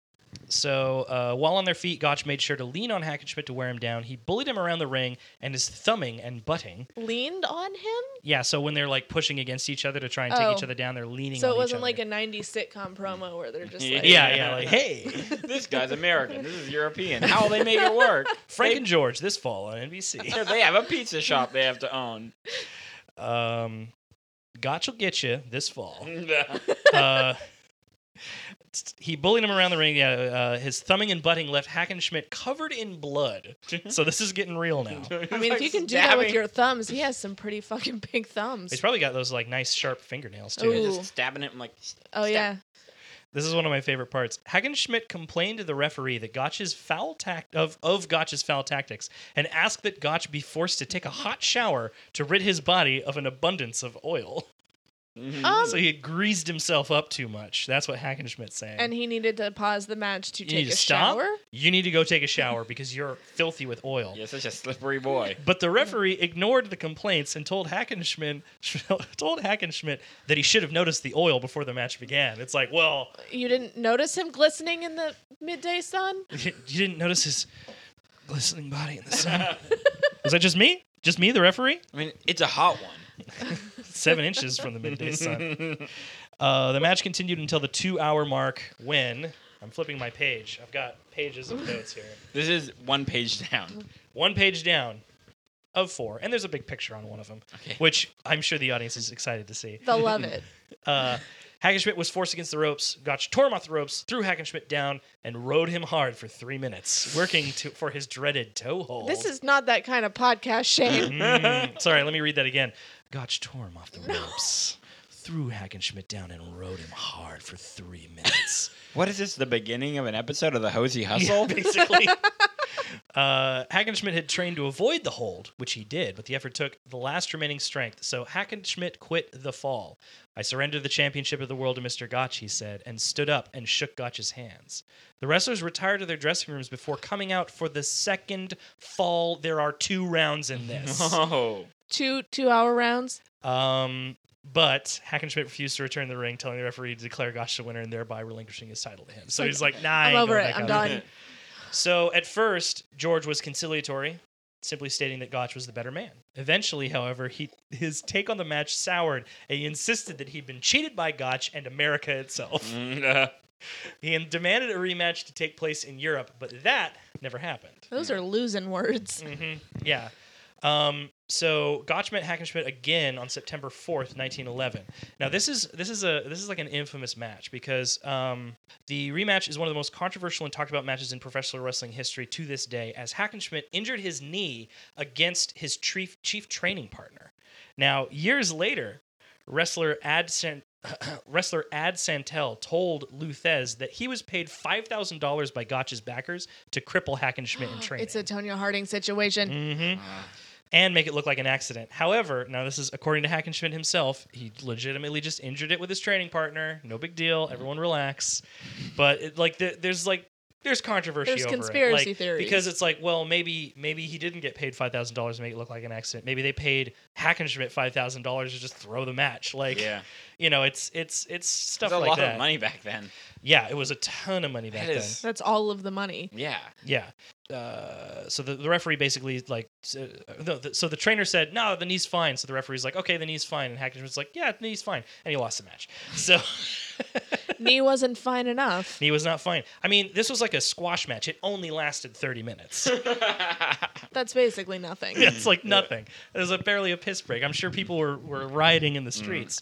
S1: so uh, while on their feet, Gotch made sure to lean on Hackenschmidt to wear him down. He bullied him around the ring and is thumbing and butting.
S3: leaned on him.
S1: Yeah, so when they're like pushing against each other to try and take each
S3: Oh.
S1: other down, they're leaning.
S3: So
S1: on
S3: it
S1: each
S3: wasn't
S1: other.
S3: like a 90s sitcom promo where they're just like,
S1: yeah, yeah, like hey,
S2: this guy's American. This is European. How will they make it work?
S1: Frank and George this fall on NBC.
S2: Because they have a pizza shop they have to own.
S1: Um, Gotch will get you this fall. Uh, he bullied him around the ring. Yeah, uh, his thumbing and butting left Hackenschmidt covered in blood. So this is getting real now.
S3: I mean, if you can do that with your thumbs, he has some pretty fucking big thumbs. Oh,
S1: He's probably got those like nice sharp fingernails too.
S3: Ooh.
S2: just stabbing it and like
S3: Oh, yeah.
S1: This is one of my favorite parts. Hagenschmidt complained to the referee that Gotch's foul tact of, of Gotch's foul tactics and asked that Gotch be forced to take a hot shower to rid his body of an abundance of oil.
S3: Um,
S1: So he had greased himself up too much. That's what Hackenschmidt's saying.
S3: and he needed to pause the match to
S1: you need
S3: take
S1: to
S3: a
S1: stop.
S3: shower.
S1: You need to go take a shower because you're filthy with oil.
S2: You're such a slippery boy.
S1: But the referee ignored the complaints and told Hackenschmidt told Hackenschmidt that he should have noticed the oil before the match began. It's like, well,
S3: You didn't notice him glistening in the midday sun?
S1: You you didn't notice his glistening body in the sun. Was that just me? Just me, the referee?
S2: I mean, it's a hot one.
S1: Seven inches from the midday sun. Uh, the match continued until the two hour mark when I'm flipping my page. I've got pages of notes here.
S2: This is one page down.
S1: One page down of four, and there's a big picture on one of them,
S2: Okay.
S1: which I'm sure the audience is excited to see.
S3: They'll love it.
S1: Uh, Hackenschmidt was forced against the ropes. Gotch tore him off the ropes, threw Hackenschmidt down, and rode him hard for three minutes, working to, for his dreaded toe hold.
S3: This is not that kind of podcast, Shane.
S1: Mm, sorry, let me read that again. Gotch tore him off the ropes, threw Hackenschmidt down, and rode him hard for three minutes.
S2: What is this? The beginning of an episode of the Hosey Hustle?
S1: Basically, uh, Hackenschmidt had trained to avoid the hold, which he did, but the effort took the last remaining strength. So Hackenschmidt quit the fall. I surrendered the championship of the world to Mr. Gotch, he said, and stood up and shook Gotch's hands. The wrestlers retired to their dressing rooms before coming out for the second fall. There are two rounds in this.
S3: Uh-huh.
S2: oh,
S3: Two two hour rounds.
S1: Um, but Hackenschmidt refused to return to the ring, telling the referee to declare Gotch the winner and thereby relinquishing his title to him. So
S3: Like,
S1: he's like, "Nah, I
S3: I'm
S1: ain't
S3: over
S1: going
S3: it.
S1: back
S3: I'm
S1: out."
S3: done.
S1: So at first, George was conciliatory, simply stating that Gotch was the better man. Eventually, however, he his take on the match soured, and he insisted that he'd been cheated by Gotch and America itself.
S2: Mm. Mm-hmm.
S1: He demanded a rematch to take place in Europe, but that never happened.
S3: Those are losing words.
S1: hmm Yeah. Um, so Gotch met Hackenschmidt again on September fourth, nineteen eleven. Now this is this is a this is like an infamous match because um, the rematch is one of the most controversial and talked about matches in professional wrestling history to this day, as Hackenschmidt injured his knee against his chief chief training partner. Now years later, wrestler Ad San- wrestler Ad Santel told Luthez that he was paid five thousand dollars by Gotch's backers to cripple Hackenschmidt in training
S3: It's a Tonya Harding situation.
S1: hmm And make it look like an accident. However, now this is according to Hackenschmidt himself. He legitimately just injured it with his training partner. No big deal. Everyone relax. But it, like, there, there's like there's controversy
S3: There's
S1: over
S3: conspiracy
S1: it. Like,
S3: theories.
S1: because it's like, well, maybe maybe he didn't get paid five thousand dollars to make it look like an accident. Maybe they paid Hackenschmidt five thousand dollars to just throw the match. Like,
S2: yeah.
S1: You know, it's it's it's stuff
S2: That's a
S1: like
S2: lot
S1: that.
S2: of money back then.
S1: Yeah, it was a ton of money back
S2: That is-
S3: That's all of the money.
S2: Yeah.
S1: then. Yeah. Uh, so the, the referee basically like s- uh, no, the, so the trainer said no the knee's fine so the referee's like okay the knee's fine and Hackett was like yeah the knee's fine and he lost the match so
S3: Knee wasn't fine enough.
S1: knee was not fine I mean this was like a squash match it only lasted thirty minutes
S3: That's basically nothing.
S1: Yeah, it's like nothing. It was a, barely a piss break. I'm sure people were, were rioting in the streets.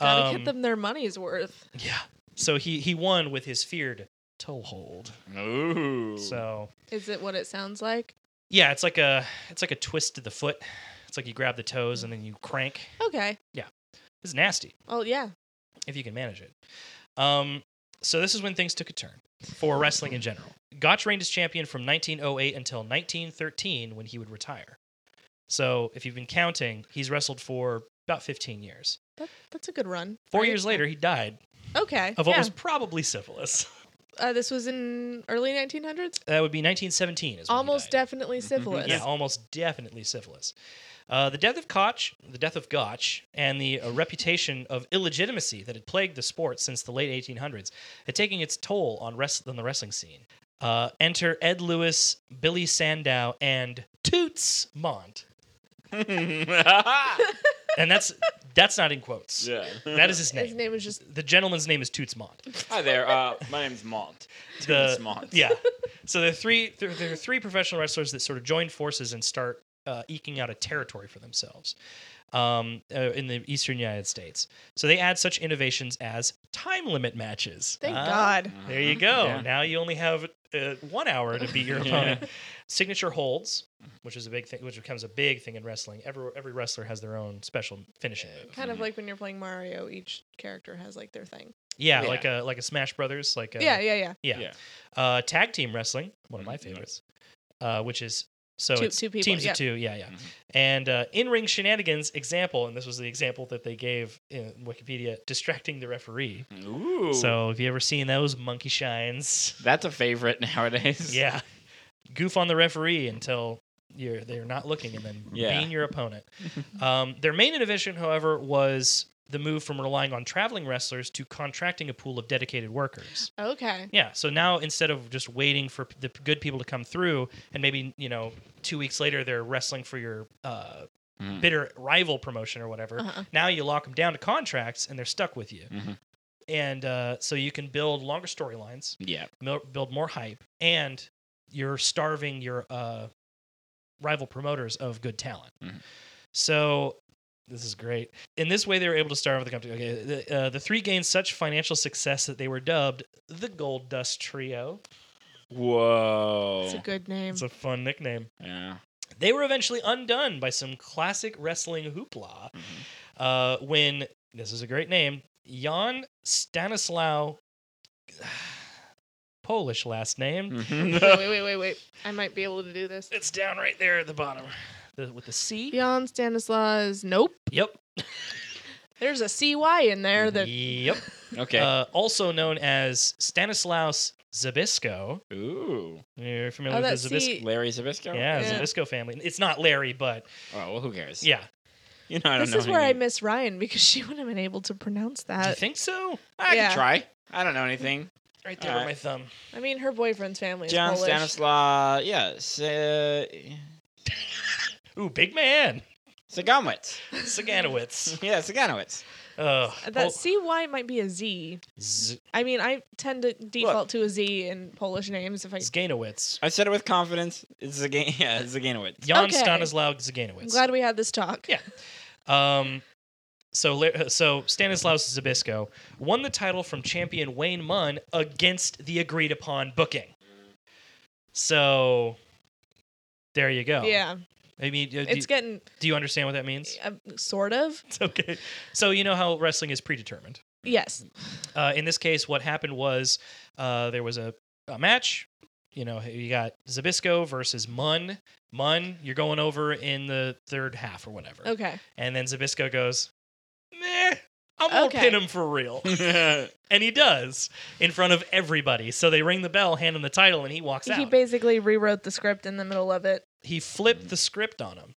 S3: Gotta
S1: Um,
S3: get them their money's worth.
S1: Yeah. So he, he won with his feared toehold.
S2: Ooh.
S1: So
S3: Is it what it sounds like?
S1: yeah, it's like a it's like a twist to the foot. It's like you grab the toes and then you crank.
S3: Okay.
S1: It's nasty
S3: Well, yeah.
S1: if you can manage it. Um, so this is when things took a turn for wrestling in general. Gotch reigned as champion from 1908 until 1913 when he would retire. So if you've been counting, he's wrestled for about 15 years.
S3: That, that's a good run.
S1: Four
S3: right?
S1: years later, he died
S3: Okay.
S1: of what
S3: yeah.
S1: was probably syphilis.
S3: uh, this was in early 1900s.
S1: That would be 1917. Is when he
S3: Almost
S1: died.
S3: definitely syphilis.
S1: Mm-hmm. Yeah, almost definitely syphilis. Uh, the death of Koch, the death of Gotch, and the uh, reputation of illegitimacy that had plagued the sport since the late 1800s had taken its toll on, rest- on the wrestling scene. Uh, enter Ed Lewis, Billy Sandow, and Toots Mont,
S2: yeah.
S1: and that's that's not in quotes. That is his name.
S3: His name was just
S1: the gentleman's name is Toots Mont.
S2: Hi there. Uh, my name's Mont.
S1: the
S2: Toots Mont.
S1: Yeah. So there are three there, there are three professional wrestlers that sort of join forces and start uh, eking out a territory for themselves um, uh, in the eastern United States. So they add such innovations as time limit matches.
S3: thank
S1: Ah,
S3: God.
S1: There you go.
S2: Yeah.
S1: Now you only have uh, one hour to beat your
S2: Yeah.
S1: opponent. Signature holds, which is a big thing, which becomes a big thing in wrestling. Every every wrestler has their own special finishing move.
S3: Kind of like when you're playing Mario, each character has like their thing.
S1: Yeah,
S2: Yeah.
S1: like a like a Smash Brothers, like a,
S3: Yeah, yeah, yeah.
S1: Yeah.
S2: Yeah.
S1: Uh, tag team wrestling, one of my
S2: Mhm.
S1: favorites, uh, which is so
S3: Two-
S1: it's
S3: two people,
S1: teams
S3: yeah.
S1: of two. Yeah, yeah.
S2: Mhm.
S1: And uh, in ring shenanigans example, and this was the example that they gave in Wikipedia, distracting the referee.
S2: Ooh.
S1: So if you ever seen those monkey shines,
S2: that's a favorite nowadays.
S1: yeah, goof on the referee until you're they're not looking, and then
S2: Yeah.
S1: being your opponent. um, their main innovation, however, was the move from relying on traveling wrestlers to contracting a pool of dedicated workers.
S3: Okay.
S1: Yeah. So now instead of just waiting for p- the p- good people to come through, and maybe you know two weeks later they're wrestling for your uh,
S2: Mhm.
S1: bitter rival promotion or whatever.
S3: Uh-huh.
S1: Now you lock them down to contracts, and they're stuck with you.
S2: Mhm.
S1: And uh, so you can build longer storylines,
S2: Yeah.
S1: mil- build more hype, and you're starving your uh, rival promoters of good talent.
S2: Mhm.
S1: So this is great. In this way, they were able to starve the company. Okay, the, uh, the three gained such financial success that they were dubbed the Gold Dust Trio.
S2: Whoa.
S3: It's a good name.
S1: It's a fun nickname.
S2: yeah.
S1: They were eventually undone by some classic wrestling hoopla uh, when, this is a great name, Jan Stanislaw, Polish last name.
S3: wait,
S2: Mhm.
S3: wait, wait, wait, wait. I might be able to do this.
S1: It's down right there at the bottom the, with the C.
S3: Jan Stanislaus. Nope.
S1: Yep.
S3: There's a CY in there that.
S1: Yep.
S2: okay.
S1: Uh, also known as Stanislaus Zabisco.
S2: Ooh.
S1: You're familiar
S3: Oh, that
S1: with the Zabisco?
S3: C.
S2: Larry Zabisco.
S1: Yeah,
S3: Yeah.
S1: Zabisco family. It's not Larry, but
S2: Oh well, who cares?
S1: yeah.
S2: You know I don't
S3: This
S2: know.
S3: is where I
S2: anything.
S3: miss Ryan because she wouldn't have been able to pronounce
S1: Do you
S3: that.
S1: think so?
S2: I
S3: yeah.
S2: can try. I don't know anything.
S1: Right there with
S2: Alright.
S1: my thumb.
S3: I mean, her boyfriend's family is
S2: John
S3: Polish.
S2: Stanislaw. Yeah. Se-
S1: Ooh, big man.
S2: Saganowitz.
S1: Saganowitz.
S2: Yeah, Saganowitz.
S1: Oh,
S3: Uh, That CY might be a Z.
S1: Z-
S3: I mean, I tend to default to a Z in Polish names if I.
S1: Zganowitz.
S2: I said it with confidence. It's Zagan. Yeah, Zaganowitz.
S1: Jan
S3: Okay.
S1: Stanislaw
S3: I'm
S1: Zganowitz.
S3: glad we had this talk.
S1: Yeah. Um, so, La- so Stanislaus Zabisco won the title from champion Wayne Munn against the agreed upon booking. So, there you go.
S3: Yeah.
S1: I mean, uh, do,
S3: It's getting
S1: do you understand what that means?
S3: uh, sort of.
S1: It's okay. So you know how wrestling is predetermined.
S3: Yes.
S1: Uh, in this case, what happened was uh, there was a, a match. You know, you got Zabisco versus Munn. Munn, you're going over in the third half or whatever.
S3: Okay.
S1: And then Zabisco goes, meh, I'm going to
S3: Okay.
S1: pin him for real.
S2: Mm-hmm.
S1: and he does in front of everybody. So they ring the bell, hand him the title, and he walks
S3: He
S1: out.
S3: basically rewrote the script in the middle of it.
S1: he flipped the script on him.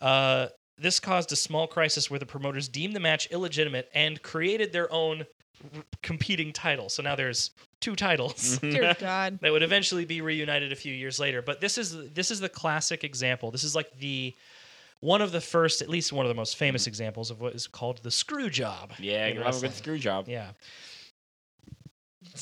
S1: Uh, This caused a small crisis where the promoters deemed the match illegitimate and created their own r- competing title. So now there's two
S2: Mm-hmm.
S1: titles
S3: Dear God.
S1: that would eventually be reunited a few years later. But this is this is the classic example. This is like the one of the first, at least one of the most famous examples of what is called the screw job.
S2: yeah,
S1: in
S2: you have a
S1: wrestling.
S2: good screw job.
S1: Yeah.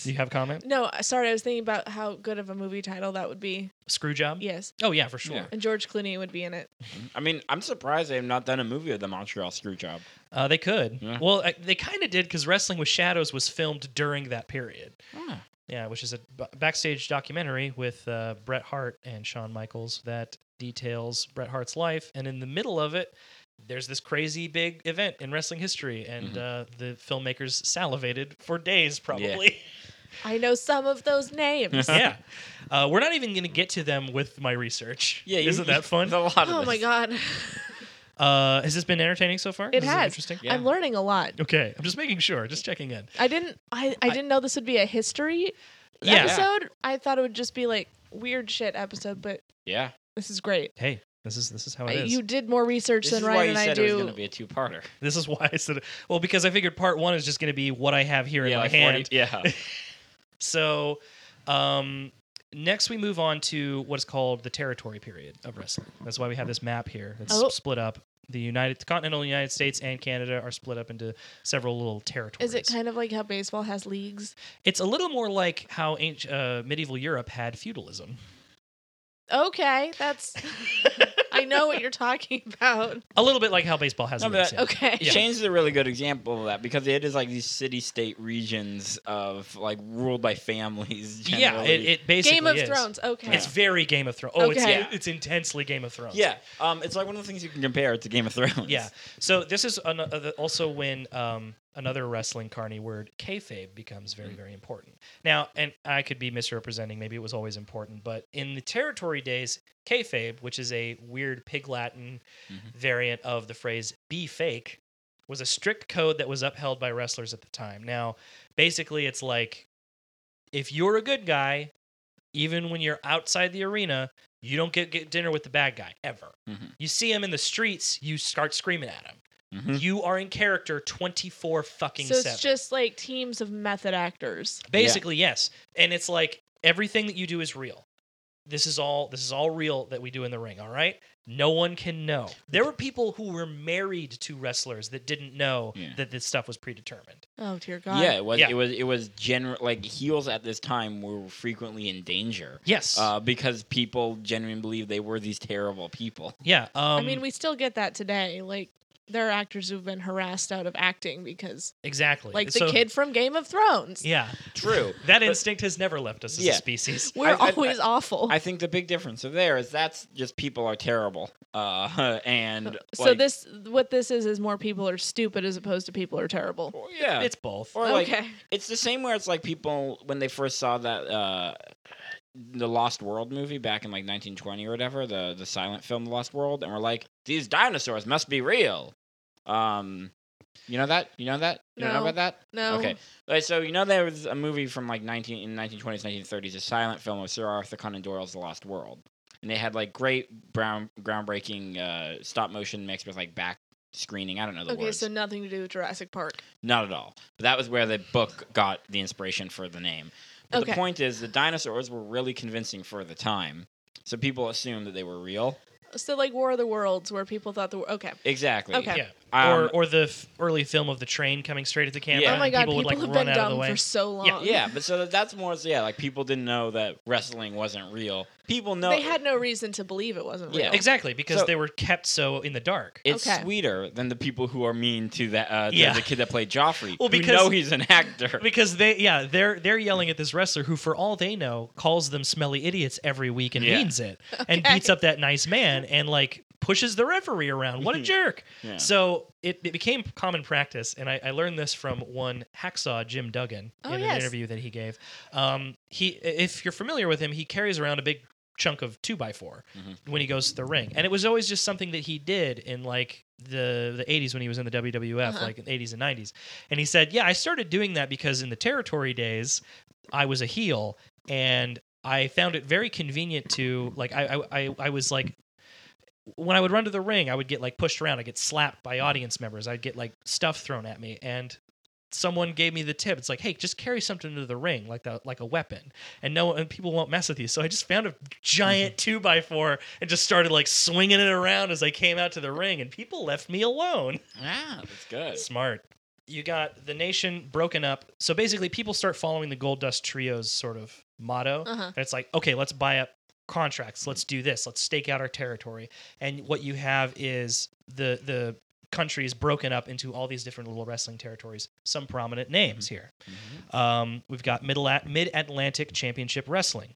S1: Do you have a comment?
S3: No, uh, sorry, I was thinking about how good of a movie title that would be.
S1: Screw job?
S3: Yes.
S1: Oh yeah, for sure.
S2: Yeah.
S3: And George Clooney would be in it.
S2: I mean, I'm surprised they have not done a movie of the Montreal screw job.
S1: Uh, they could.
S2: Yeah.
S1: Well, I, they kind of did because Wrestling with Shadows was filmed during that period. Yeah, which is a b- backstage documentary with uh, Bret Hart and Shawn Michaels that details Bret Hart's life. And in the middle of it, there's this crazy big event in wrestling history, and
S2: Mm-hmm.
S1: uh, the filmmakers salivated for days, probably.
S3: I know some of those names.
S1: Yeah. Uh, we're not even going to get to them with my research.
S2: Yeah, you-
S1: Isn't that fun?
S2: There's a lot of
S3: oh my
S2: this.
S3: God.
S1: Uh, has this been entertaining so far? Has
S3: It
S1: been
S3: has.
S1: Interesting.
S2: Yeah.
S3: I'm learning a lot.
S1: Okay, I'm just making sure, just checking in.
S3: I didn't I, I didn't know this would be a history
S1: Yeah.
S3: episode. I thought it would just be like weird shit episode, but
S2: Yeah.
S3: this is great.
S1: Hey, this is this is how
S3: I-
S1: it is.
S3: You did more research
S2: Oh, This
S3: than
S2: is why
S3: Ryan
S2: you
S3: and I
S2: said it was going
S3: do.
S2: to be a two-parter.
S1: This is why I said, well, because I figured part one is just going to be what I have here in
S2: yeah,
S1: my
S2: like
S1: hand.
S2: 40 yeah.
S1: So, um, next we move on to what's called the territory period of wrestling. That's why we have this map here. It's
S3: Oh.
S1: split up. The United, the continental United States and Canada are split up into several little territories.
S3: Is it kind of like how baseball has leagues?
S1: it's a little more like how ancient, uh, medieval Europe had feudalism.
S3: Okay, that's I know what you're talking about.
S1: A little bit like how baseball has.
S2: No, but
S1: leagues,
S2: that-
S1: yeah.
S3: Okay.
S1: Yeah.
S2: Shane's is a really good example of that because it is like these city-state regions of like ruled by families. Generally.
S1: Yeah, it, it basically
S3: Game of
S1: is.
S3: Thrones. Okay.
S1: It's very Game of Thrones. Oh, it's
S3: Okay.
S1: it's intensely Game of Thrones.
S2: Yeah, um, it's like one of the things you can compare to Game of Thrones.
S1: Yeah. So this is an- uh, the- also when um, another wrestling carny word, kayfabe, becomes very, very important. Now, and I could be misrepresenting. Maybe it was always important, but in the territory days, kayfabe, which is a weird Pig Latin
S2: Mhm.
S1: variant of the phrase "be fake," was a strict code that was upheld by wrestlers at the time. Now, basically, it's like if you're a good guy, even when you're outside the arena, you don't get, get dinner with the bad guy ever.
S2: Mhm.
S1: You see him in the streets, you start screaming at him.
S2: Mhm.
S1: You are in character 24 fucking
S3: so it's
S1: 7.
S3: just like teams of method actors.
S1: Basically, yes. And it's like everything that you do is real. This is all this is all real that we do in the ring, all right? No one can know. There were people who were married to wrestlers that didn't know
S2: Yeah.
S1: that this stuff was predetermined.
S3: Oh dear God.
S2: Yeah, it was.
S1: Yeah.
S2: It was. It was general. Like heels at this time were frequently in danger
S1: Yes.
S2: uh, because people genuinely believed they were these terrible people.
S1: yeah. Um,
S3: I mean, we still get that today. Like there are actors who've been harassed out of acting because
S1: exactly.
S3: like the
S1: So-
S3: kid from Game of Thrones.
S1: Yeah.
S2: True.
S1: That instinct has never left us as
S2: Yeah.
S1: a species.
S3: We're
S2: I- I-
S3: always awful.
S2: I think the big difference of there is that's just people are terrible. Uh, and
S3: so
S2: like,
S3: this what this is is more people are stupid as opposed to people are terrible.
S2: Well, yeah,
S1: It's both.
S2: or like
S3: okay.
S2: it's the same where it's like people when they first saw that uh, the Lost World movie back in like 1920 or whatever, the the silent film The Lost World, and we're like, these dinosaurs must be real. Um, you know that? You know that? You don't know
S3: No.
S2: about that?
S3: No.
S2: Okay. Like, so you know there was a movie from like 19 in 1920s, 1930s, a silent film of Sir Arthur Conan Doyle's The Lost World, and they had like great brown groundbreaking uh, stop motion mixed with like back screening. I don't know the
S3: Okay,
S2: words.
S3: so nothing to do with Jurassic Park.
S2: Not at all. But that was where the book got the inspiration for the name. But the
S3: Okay.
S2: point is, the dinosaurs were really convincing for the time. So people assumed that they were real.
S3: So like War of the Worlds where people thought the okay.
S2: Exactly.
S3: Okay.
S1: Yeah.
S2: Um,
S1: or or the f- early film of the train coming straight at the camera.
S2: Yeah.
S3: oh my
S1: and
S3: god,
S1: people,
S3: people,
S1: would like
S3: have
S1: run
S3: been
S1: out of the
S3: dumb
S1: way.
S3: for so long.
S2: Yeah, but so that's more, so yeah, like people didn't know that wrestling wasn't real. People know.
S3: They had no reason to believe it wasn't real.
S2: Yeah.
S1: Exactly, because
S2: So-
S1: they were kept so in the dark.
S2: it's
S3: Okay.
S2: sweeter than the people who are mean to that uh, to
S1: Yeah.
S2: the kid that played Joffrey.
S1: Well,
S2: who
S1: because-
S2: know he's an actor.
S1: because they yeah, they're they're yelling at this wrestler who for all they know calls them smelly idiots every week and
S2: Yeah.
S1: means it. And
S3: Okay.
S1: beats up that nice man and like pushes the referee around. What a jerk.
S2: Yeah.
S1: So it, it became common practice, and I, I learned this from one hacksaw Jim Duggan
S3: Oh,
S1: in an
S3: yes.
S1: interview that he gave. Um, he, if you're familiar with him, he carries around a big chunk of two by 4 when he goes to the ring, and it was always just something that he did in like the the 80s when he was in the WWF,
S3: Uh-huh.
S1: like in 80s and 90s. And he said, "Yeah, I started doing that because in the territory days, I was a heel, and I found it very convenient to like I I, I, I was like." when I would run to the ring, I would get like pushed around. I would get slapped by audience members. I'd get like stuff thrown at me, and someone gave me the tip. It's like, hey, just carry something to the ring, like the like a weapon, and no, and people won't mess with you. So I just found a giant two by four and just started like swinging it around as I came out to the ring, and people left me alone.
S2: Ah, that's good.
S1: Smart. You got the nation broken up. So basically, people start following the Gold Dust Trio's sort of motto.
S3: Uh-huh.
S1: And it's like, okay, let's buy up contracts. Let's do this. Let's stake out our territory. And what you have is the the country is broken up into all these different little wrestling territories. Some prominent names here.
S2: Mm-hmm.
S1: Um, we've got Middle At- Mid Atlantic Championship Wrestling,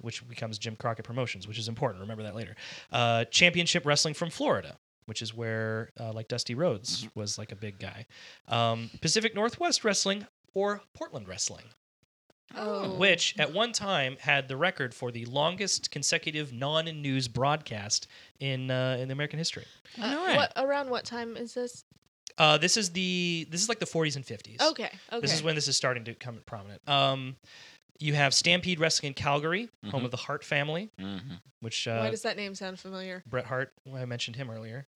S1: which becomes Jim Crockett Promotions, which is important. Remember that later. Uh, Championship Wrestling from Florida, which is where uh, like Dusty Rhodes
S3: Mm-hmm.
S1: was like a big guy. Um, Pacific Northwest Wrestling or Portland Wrestling,
S3: Oh.
S1: which at one time had the record for the longest consecutive non-news broadcast in uh, in American history.
S3: Uh, what around what time is this?
S1: Uh, this is the this is like the 40s and 50s.
S3: Okay. Okay.
S1: This is when this is starting to come prominent. Um, you have Stampede Wrestling in Calgary, home
S2: Mhm.
S1: of the Hart family,
S2: Mhm.
S1: which
S3: Why
S1: uh,
S3: does that name sound familiar?
S1: Bret Hart. well, I mentioned him earlier,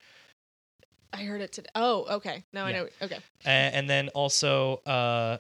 S3: I heard it today. Oh, okay. Now I
S1: Yeah.
S3: know. Okay.
S1: A- and then also uh,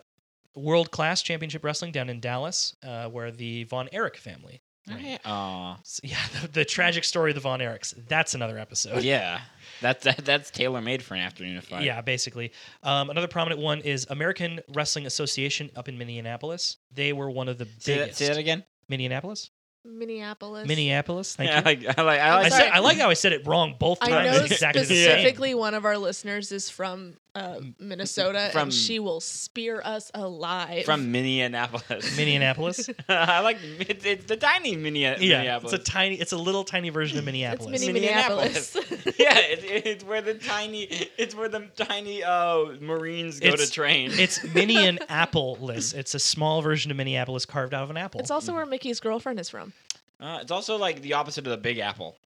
S1: World Class Championship Wrestling down in Dallas, uh, where the Von Erich family. reigned.
S2: Okay. Aw.
S1: So, yeah, the, the tragic story of the Von Erichs. That's another episode.
S2: Yeah. That's that, that's tailor made for an afternoon of fun.
S1: Yeah, basically. Um, another prominent one is American Wrestling Association up in Minneapolis. They were one of the biggest.
S2: Say that, say that again.
S1: Minneapolis?
S3: Minneapolis.
S1: Minneapolis. Thank
S2: yeah,
S1: you.
S2: I like I like, I
S3: I'm
S1: I,
S2: like
S3: sorry.
S1: said, I like how I said it wrong both
S3: I
S1: times.
S3: know
S1: It's exactly the same.
S3: specifically one of our listeners is from uh, Minnesota,
S2: From-
S3: and she will spear us alive.
S2: from Minneapolis.
S1: Minneapolis.
S2: I like it's, it's the tiny mini-
S1: yeah, it's
S2: Minneapolis.
S1: a tiny, it's a little tiny version of
S3: it's
S1: Minneapolis.
S3: mini
S2: Minneapolis.
S3: Minneapolis.
S2: yeah, it, it's where the tiny it's where the tiny uh Marines go
S1: It's-
S2: to train.
S1: it's mini and Apple-less. It's a small version of Minneapolis carved out of an apple.
S3: it's also where Mickey's girlfriend is from.
S2: uh, it's also like the opposite of the Big Apple.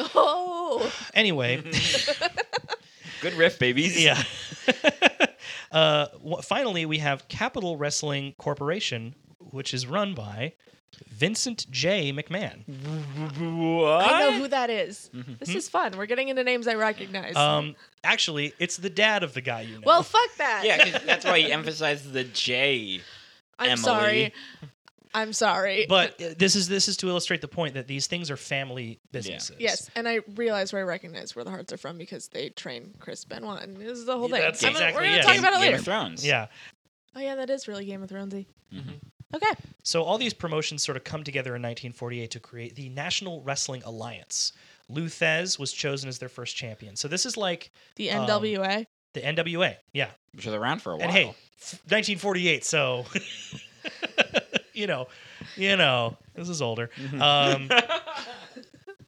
S3: Oh,
S1: anyway,
S2: Good riff, babies.
S1: yeah. uh, wh- finally, we have Capital Wrestling Corporation, which is run by Vincent J. McMahon.
S2: What?
S3: I know who that is. This is fun. We're getting into names I recognize.
S1: Mm-hmm. Um, actually, it's the dad of the guy you know.
S3: well, fuck that.
S2: Yeah, 'cause that's why he emphasized the J.
S3: I'm
S2: Emily.
S3: sorry. I'm sorry.
S1: but uh, this is this is to illustrate the point that these things are family businesses.
S3: Yes, and I realize where I recognize where the hearts are from because they train Chris Benoit, and this is the whole
S1: Yeah,
S3: thing.
S1: that's
S3: I'm gonna-
S1: exactly-
S3: we're gonna
S1: yeah.
S3: talk
S1: Game-
S3: about it
S2: Game
S3: later.
S2: of Thrones.
S1: Yeah.
S3: oh yeah, that is really Game of Thronesy.
S2: Mhm.
S1: Mm-hmm.
S3: Okay,
S1: So all these promotions sort of come together in 1948 to create the National Wrestling Alliance. Lou Thez was chosen as their first champion. So this is like
S3: the
S1: Um,
S3: NWA.
S1: the NWA. Yeah.
S2: Which was around for a while.
S1: And hey, 1948, so you know, you know, this is older. Um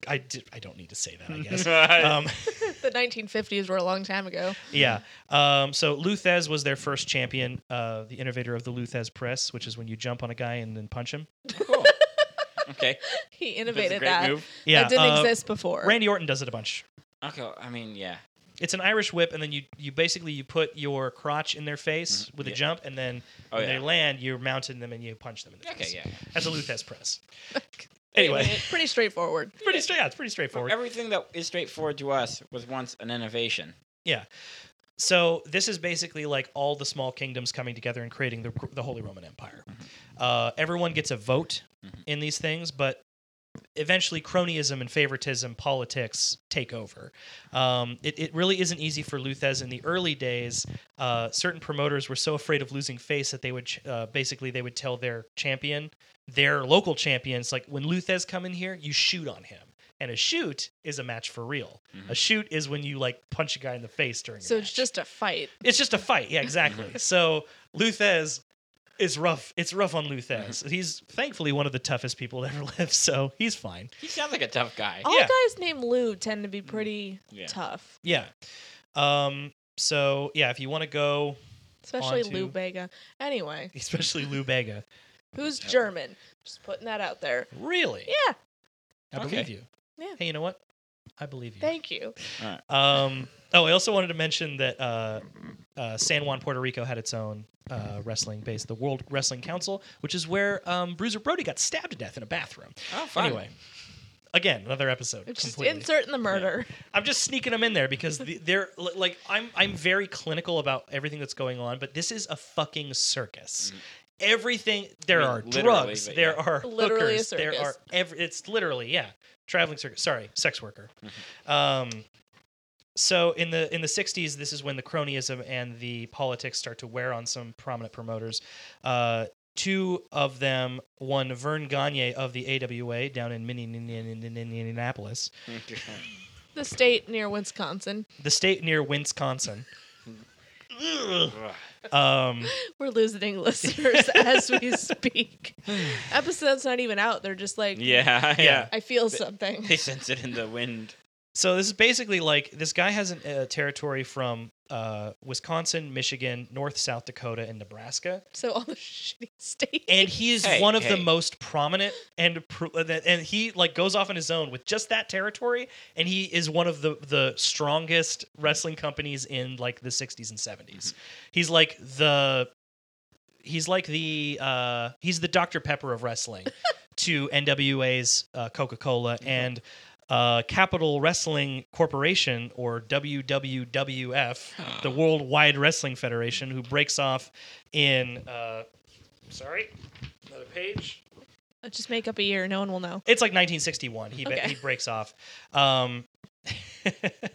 S1: I, did, I don't need to say that, I guess. Um,
S3: the 1950s were a long time ago.
S1: yeah. Um, so Luthez was their first champion, uh, the innovator of the Luthez press, which is when you jump on a guy and then punch him.
S2: cool. Okay.
S3: He
S2: That's a
S3: innovated
S2: great
S3: that.
S2: move.
S1: Yeah,
S3: that didn't
S1: uh,
S3: exist before.
S1: Randy Orton does it a bunch.
S2: Okay, I mean, yeah.
S1: it's an Irish whip, and then you you basically you put your crotch in their face with a
S2: Mm-hmm. Yeah.
S1: jump, and then
S2: Oh,
S1: when they
S2: yeah.
S1: land, you're mounting them and you punch them in the
S2: Okay,
S1: face.
S2: yeah.
S1: That's a Luthes press. anyway,
S3: pretty straightforward.
S1: it's pretty straight. Yeah, it's pretty straightforward.
S2: Everything that is straightforward to us was once an innovation.
S1: Yeah. So this is basically like all the small kingdoms coming together and creating the, the Holy Roman Empire. Uh, everyone gets a vote in these things, but eventually cronyism and favoritism politics take over. Um, it, it really isn't easy for Luthez in the early days. Uh, certain promoters were so afraid of losing face that they would ch- uh, basically they would tell their champion, their local champions, like when Luthez come in here, you shoot on him. And a shoot is a match for real. A shoot is when you like punch a guy in the face during. a
S3: So it's
S1: match.
S3: just a fight.
S1: It's just a fight. Yeah, exactly. so Luthez is rough. It's rough on
S3: Uh-huh.
S1: Luthez. He's thankfully one of the toughest people that ever lived, so he's fine.
S2: He sounds like a tough guy.
S3: All
S1: Yeah. Mm-hmm.
S3: guys named Lou tend to be pretty
S2: Yeah.
S3: Oh, tough,
S1: Yeah. Um. So yeah, if you want to go,
S3: especially
S1: On to-
S3: Lou Bega. Anyway,
S1: especially Lou Bega,
S3: who's German? Just putting that out there.
S1: really,
S3: Yeah,
S1: I
S2: Okay.
S1: believe you.
S3: Yeah.
S1: Hey, you know what? I believe you.
S3: thank you.
S1: Um. Oh, I also wanted to mention that uh, uh, San Juan, Puerto Rico, had its own uh, wrestling base, the World Wrestling Council, which is where um, Bruiser Brody got stabbed to death in a bathroom.
S2: Oh, fine.
S1: Anyway, Again, another episode.
S3: It's just
S1: completely.
S3: insert in the murder.
S1: I'm just sneaking them in there because the, they're li- like I'm I'm very clinical about everything that's going on, but this is a fucking circus. Everything there
S2: I mean,
S1: are
S2: Mm-hmm. literally,
S1: drugs,
S2: but
S1: there
S2: yeah.
S1: are
S3: Literally a
S1: hookers, there are
S3: circus.
S1: every it's literally yeah, traveling circus. Sorry, sex worker.
S2: Mm-hmm.
S1: Um so in the in the 60s this is when the cronyism and the politics start to wear on some prominent promoters. Uh Two of them, one Vern Gagne of the AWA down in Minneapolis,
S3: The state near Wisconsin.
S1: the state near Wisconsin. Um,
S3: We're losing listeners as we speak. Episode's not even out. They're just like,
S2: yeah, yeah.
S1: Yeah.
S3: I feel something.
S2: They sense it in the wind.
S1: so this is basically like this guy has a uh, territory from uh, Wisconsin, Michigan, North South Dakota, and Nebraska,
S3: So all the shitty state.
S1: and he is
S2: Hey,
S1: one of the
S2: hey.
S1: most prominent and pro- uh, and he like goes off on his own with just that territory, and he is one of the the strongest wrestling companies in like the '60s and '70s.
S2: Mm-hmm.
S1: He's like the he's like the uh, he's the Dr Pepper of wrestling to NWA's uh, Coca Cola
S2: Mm-hmm.
S1: and uh, Capital Wrestling Corporation or WWWF, the World Wide Wrestling Federation, who breaks off in uh, sorry another page.
S3: I'll just make up a year. No one will know.
S1: It's like 1961. He
S3: Okay.
S1: he breaks off. Um,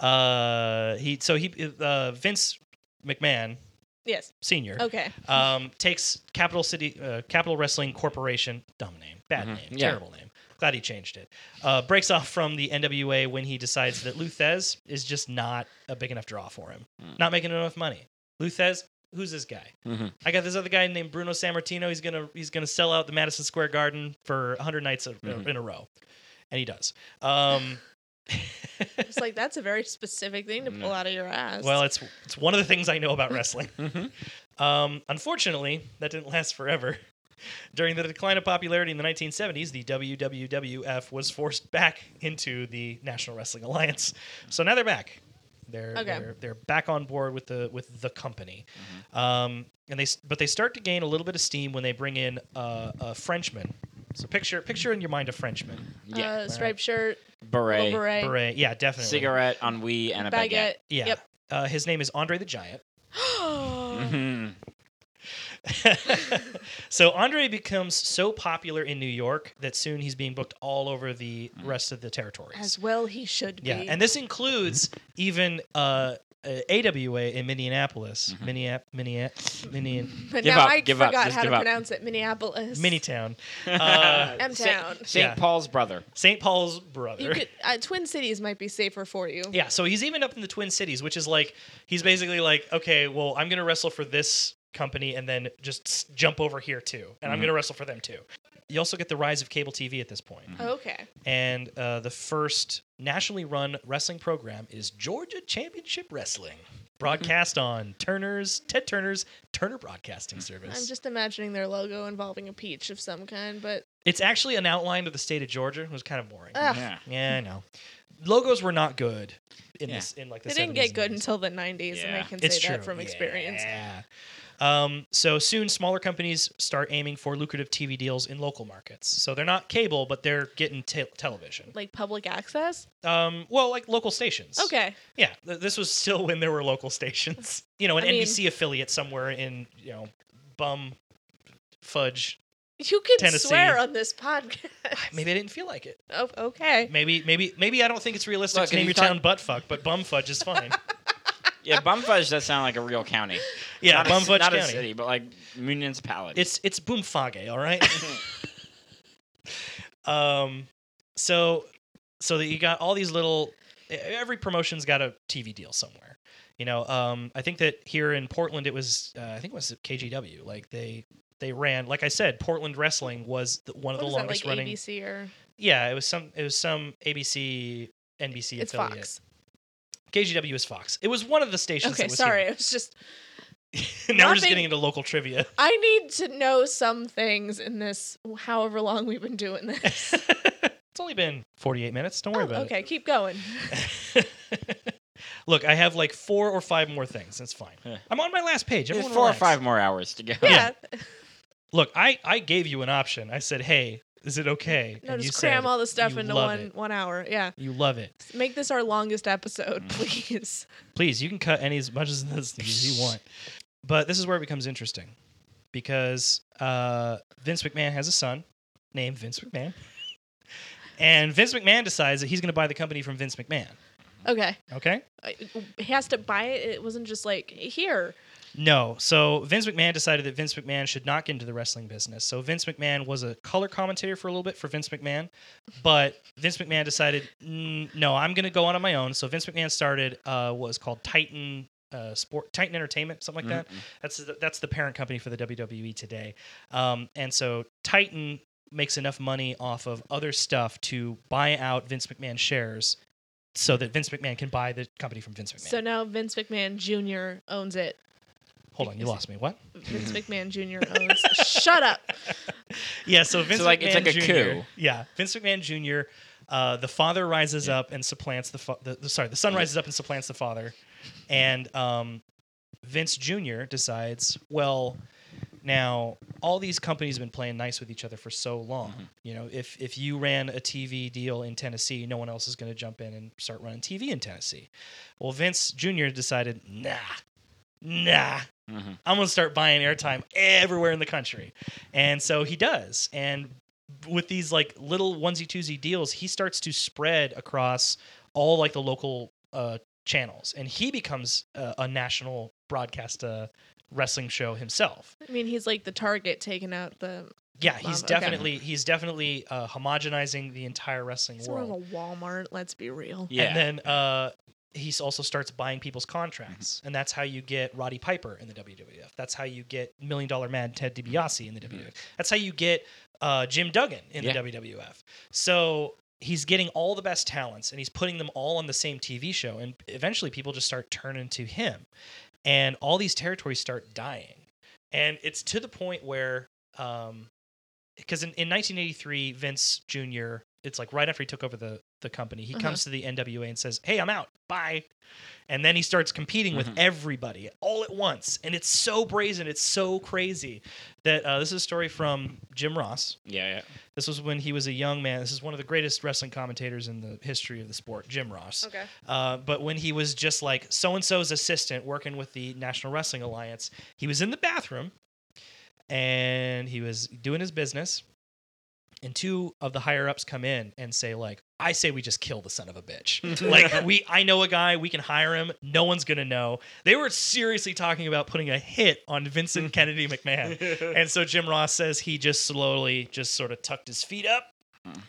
S1: uh, he so he uh, Vince McMahon
S3: Yes.
S1: Senior
S3: Okay.
S1: um, takes Capital City, uh, Capital Wrestling Corporation, dumb name, bad
S2: Mhm.
S1: name,
S2: Yeah.
S1: terrible name. Glad he changed it. Uh, breaks off from the NWA when he decides that Luthez is just not a big enough draw for him,
S2: Mm.
S1: not making enough money. Luthez, who's this guy?
S2: Mhm.
S1: I got this other guy named Bruno Sammartino. He's gonna he's gonna sell out the Madison Square Garden for 100 nights a,
S2: Mhm.
S1: in a row, and he does. Um,
S3: It's like that's a very specific thing to pull
S2: No.
S3: out of your ass.
S1: Mm.
S3: Uh,
S1: well, it's it's one of the things I know about wrestling.
S2: Mhm.
S1: Um, unfortunately, that didn't last forever. During the decline of popularity in the 1970s, the WWWF was forced back into the National Wrestling Alliance. So now they're back. They're
S3: Okay.
S1: they're, they're back on board with the with the company. Um, and they s- but they start to gain a little bit of steam when they bring in uh, a Frenchman. So picture picture in your mind a Frenchman.
S2: Yeah,
S3: uh, striped shirt,
S2: beret,
S3: little beret,
S1: Beret. Yeah, definitely.
S2: cigarette on we and a
S3: baguette.
S2: baguette.
S1: Yeah.
S3: Yep.
S1: Uh, his name is Andre the Giant.
S3: Mm-hmm.
S2: Mhm.
S1: so Andre becomes so popular in New York that soon he's being booked all over the rest of the territories.
S3: As well, he should be.
S1: yeah, and this includes even uh, uh, AWA in Minneapolis, Minneap, Minneap, Minneap,
S3: but
S2: Give
S3: now
S2: up,
S3: I
S2: give up,
S3: forgot
S2: just
S3: how to
S2: give up.
S3: pronounce it. Minneapolis.
S1: Minitown, Uh,
S3: M Town.
S2: Saint,
S1: Yeah.
S2: Paul's brother.
S1: St. Paul's
S3: You
S1: brother.
S3: could uh, Twin Cities might be safer for you.
S1: yeah, so he's even up in the Twin Cities, which is like he's basically like, okay, well, I'm gonna wrestle for this company and then just s- jump over here too, and I'm gonna wrestle for them too. You also get the rise of cable TV at this point.
S3: Okay.
S1: and uh, the first nationally run wrestling program is Georgia Championship Wrestling, broadcast on Turner's Ted Turner's Turner Broadcasting Service.
S3: I'm just imagining their logo involving a peach of some kind, but
S1: it's actually an outline of the state of Georgia. It was kind of boring.
S3: ugh,
S2: Yeah.
S1: yeah, I know. Logos were not good in
S2: Yeah.
S1: this in like the.
S3: they didn't get
S1: 70s and
S3: good
S1: 80s.
S3: until the 90s, and
S2: Yeah.
S3: I can
S1: It's
S3: say
S1: true
S3: that from experience.
S1: Yeah. Um, so soon, smaller companies start aiming for lucrative TV deals in local markets. So they're not cable, but they're getting te- television.
S3: Like public access.
S1: Um, well, like local stations.
S3: Okay.
S1: Yeah, th- this was still when there were local stations. You know, an
S3: I mean-
S1: NBC affiliate somewhere in you know, bum fudge.
S3: You can
S1: Tennessee.
S3: swear on this podcast.
S1: Maybe I didn't feel like it.
S3: Oh, okay.
S1: Maybe, maybe, maybe I don't think it's realistic
S2: Look,
S1: to
S2: if
S1: name
S2: you
S1: your
S2: talk-
S1: town buttfuck, but bum fudge is fine.
S2: Yeah, Bumfudge does sound like a real county.
S1: yeah,
S2: not a
S1: bum
S2: ci-
S1: fudge
S2: not
S1: county.
S2: a city, but like municipality.
S1: It's it's boomfage, all right. um, so so that you got all these little. e, Every promotion's got a TV deal somewhere. You know, um, I think that here in Portland, it was uh, I think it was KGW. Like they they ran, like I said, Portland Wrestling was the, one of
S3: What
S1: the
S3: is that,
S1: longest
S3: like
S1: running.
S3: ABC or
S1: Yeah, it was some it was some ABC NBC
S3: it's
S1: affiliate.
S3: Fox?
S1: KGW is Fox. It was one of the stations.
S3: Okay,
S1: that was
S3: sorry. It was just
S1: here. now we're just
S3: Nothing-
S1: getting into local trivia.
S3: I need to know some things in this. However long we've been doing this.
S1: it's only been 48 minutes. Don't worry
S3: Oh,
S1: about it.
S3: okay, keep going.
S1: Look, I have like four or five more things. That's fine.
S2: Yeah.
S1: I'm on my last page.
S2: There's
S1: Everyone
S2: four or
S1: relax.
S2: five more hours to go.
S3: Yeah.
S1: Look, I, I gave you an option. I said, hey, Is it okay?
S3: No,
S1: And you
S3: just cram
S1: said
S3: all the stuff
S1: you
S3: into
S1: love
S3: one
S1: it.
S3: one hour. Yeah.
S1: You love it.
S3: Make this our longest episode,
S1: Mm-hmm.
S3: please.
S1: Please, you can cut any as much as this as you want. But this is where it becomes interesting because uh, Vince McMahon has a son named Vince McMahon. And Vince McMahon decides that he's going to buy the company from Vince McMahon.
S3: Okay.
S1: Okay?
S3: Uh, He has to buy it. It wasn't just like here.
S1: No. So Vince McMahon decided that Vince McMahon should not get into the wrestling business. So Vince McMahon was a color commentator for a little bit for Vince McMahon, but Vince McMahon decided, "Mm, no, I'm going to go out on my own. So Vince McMahon started uh, what was called Titan uh, Sport, Titan Entertainment, something like that. That's the, that's the parent company for the WWE today. Um, and so Titan makes enough money off of other stuff to buy out Vince McMahon shares. So that Vince McMahon can buy the company from Vince McMahon.
S3: So now Vince McMahon Jr. owns it.
S1: Hold on, you lost me. What?
S3: Vince McMahon Jr. owns. Shut up.
S1: Yeah, so Vince
S2: like,
S1: McMahon
S2: it's like a
S1: Jr.
S2: coup.
S1: Yeah, Vince McMahon Jr. Uh, the father rises up and supplants the, fa- the, the sorry, the son rises up and supplants the father, and um, Vince Jr. decides, well, now all these companies have been playing nice with each other for so long.
S2: Mm-hmm.
S1: You know, if if you ran a TV deal in Tennessee, no one else is going to jump in and start running TV in Tennessee. Well, Vince Jr. decided, nah, nah,
S2: Mhm.
S1: I'm gonna start buying airtime everywhere in the country, and so he does. And with these like little onesie twosie deals, he starts to spread across all like the local uh, channels, and he becomes uh, a national broadcast uh, wrestling show himself.
S3: I mean, he's like the target taking out the.
S1: Yeah, he's
S3: Wow, okay.
S1: definitely he's definitely uh, homogenizing the entire wrestling
S3: It's more of
S1: world.
S3: a Walmart. Let's be real.
S2: Yeah.
S1: And then uh, he s- also starts buying people's contracts,
S2: Mm-hmm.
S1: and that's how you get Roddy Piper in the WWF. That's how you get Million Dollar Man Ted DiBiase in the WWF. That's how you get uh, Jim Duggan in
S2: Mm-hmm. Yeah.
S1: the WWF. So he's getting all the best talents, and he's putting them all on the same TV show, and eventually people just start turning to him, and all these territories start dying, and it's to the point where. Um, because in, in 1983, Vince Jr. It's like right after he took over the the company, he
S3: Uh-huh.
S1: comes to the NWA and says, "Hey, I'm out. Bye." And then he starts competing
S2: Mhm.
S1: with everybody all at once, and it's so brazen, it's so crazy that uh, this is a story from Jim Ross.
S2: Yeah,
S1: This was when he was a young man. This is one of the greatest wrestling commentators in the history of the sport, Jim Ross.
S3: Okay.
S1: Uh, but when he was just like so and so's assistant working with the National Wrestling Alliance, he was in the bathroom and he was doing his business. And two of the higher ups come in and say, like, I say we just kill the son of a bitch. like, we, I know a guy, we can hire him. No one's going to know. They were seriously talking about putting a hit on Vincent Kennedy McMahon.
S2: yeah.
S1: And so Jim Ross says he just slowly just sort of tucked his feet up
S2: Hmm.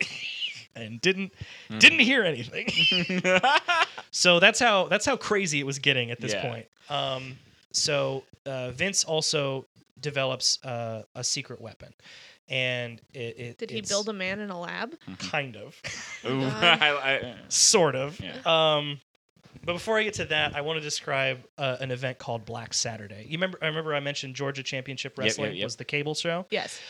S1: and didn't didn't hear anything. So that's how that's how crazy it was getting at this
S2: Yeah.
S1: point. Um, so uh, Vince also develops uh, a secret weapon, and it, it
S3: Did he
S1: it's Mm.
S3: build a man in a lab?
S1: kind of,
S2: Ooh,
S3: God.
S2: I- I-
S1: sort of.
S2: Yeah.
S1: Um, but before I get to that, I want to describe uh, an event called Black Saturday. You remember? I remember I mentioned Georgia Championship
S2: Yep, yep,
S1: Wrestling
S2: yep.
S1: was the cable show.
S3: Yes.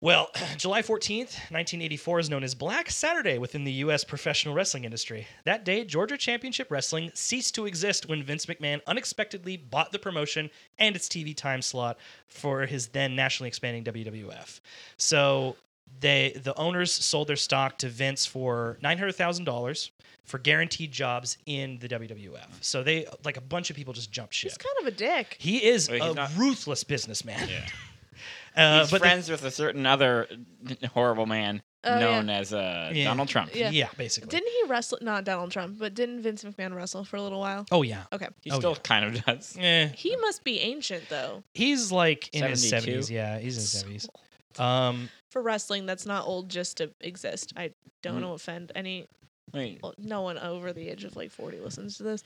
S1: Well, July 14th, 1984 is known as Black Saturday within the U.S. professional wrestling industry. That day, Georgia Championship Wrestling ceased to exist when Vince McMahon unexpectedly bought the promotion and its TV time slot for his then nationally expanding WWF. So they the owners sold their stock to Vince for $900,000 for guaranteed jobs in the WWF. So they like a bunch of people just jumped ship.
S3: He's kind of a dick.
S1: He is
S2: Well, he's
S1: a
S2: not-
S1: ruthless businessman.
S2: Yeah.
S1: Uh,
S2: He's
S1: but the-
S2: friends with a certain other horrible man
S3: Oh,
S2: known as uh,
S1: Yeah.
S2: Donald Trump.
S3: Yeah.
S1: yeah, basically.
S3: Didn't he wrestle? Not Donald Trump, but didn't Vince McMahon wrestle for a little while?
S1: oh yeah.
S3: Okay.
S2: He
S1: Oh,
S2: still
S1: yeah.
S2: kind of does.
S1: Yeah,
S3: He must be ancient though.
S1: Eh, he's like in his
S2: 72?
S1: seventies. Yeah, he's in his seventies. Um,
S3: For wrestling, that's not old just to exist. I
S1: Mm.
S3: don't want to offend any.
S2: Wait,
S3: well, No one over the age of like forty listens to this.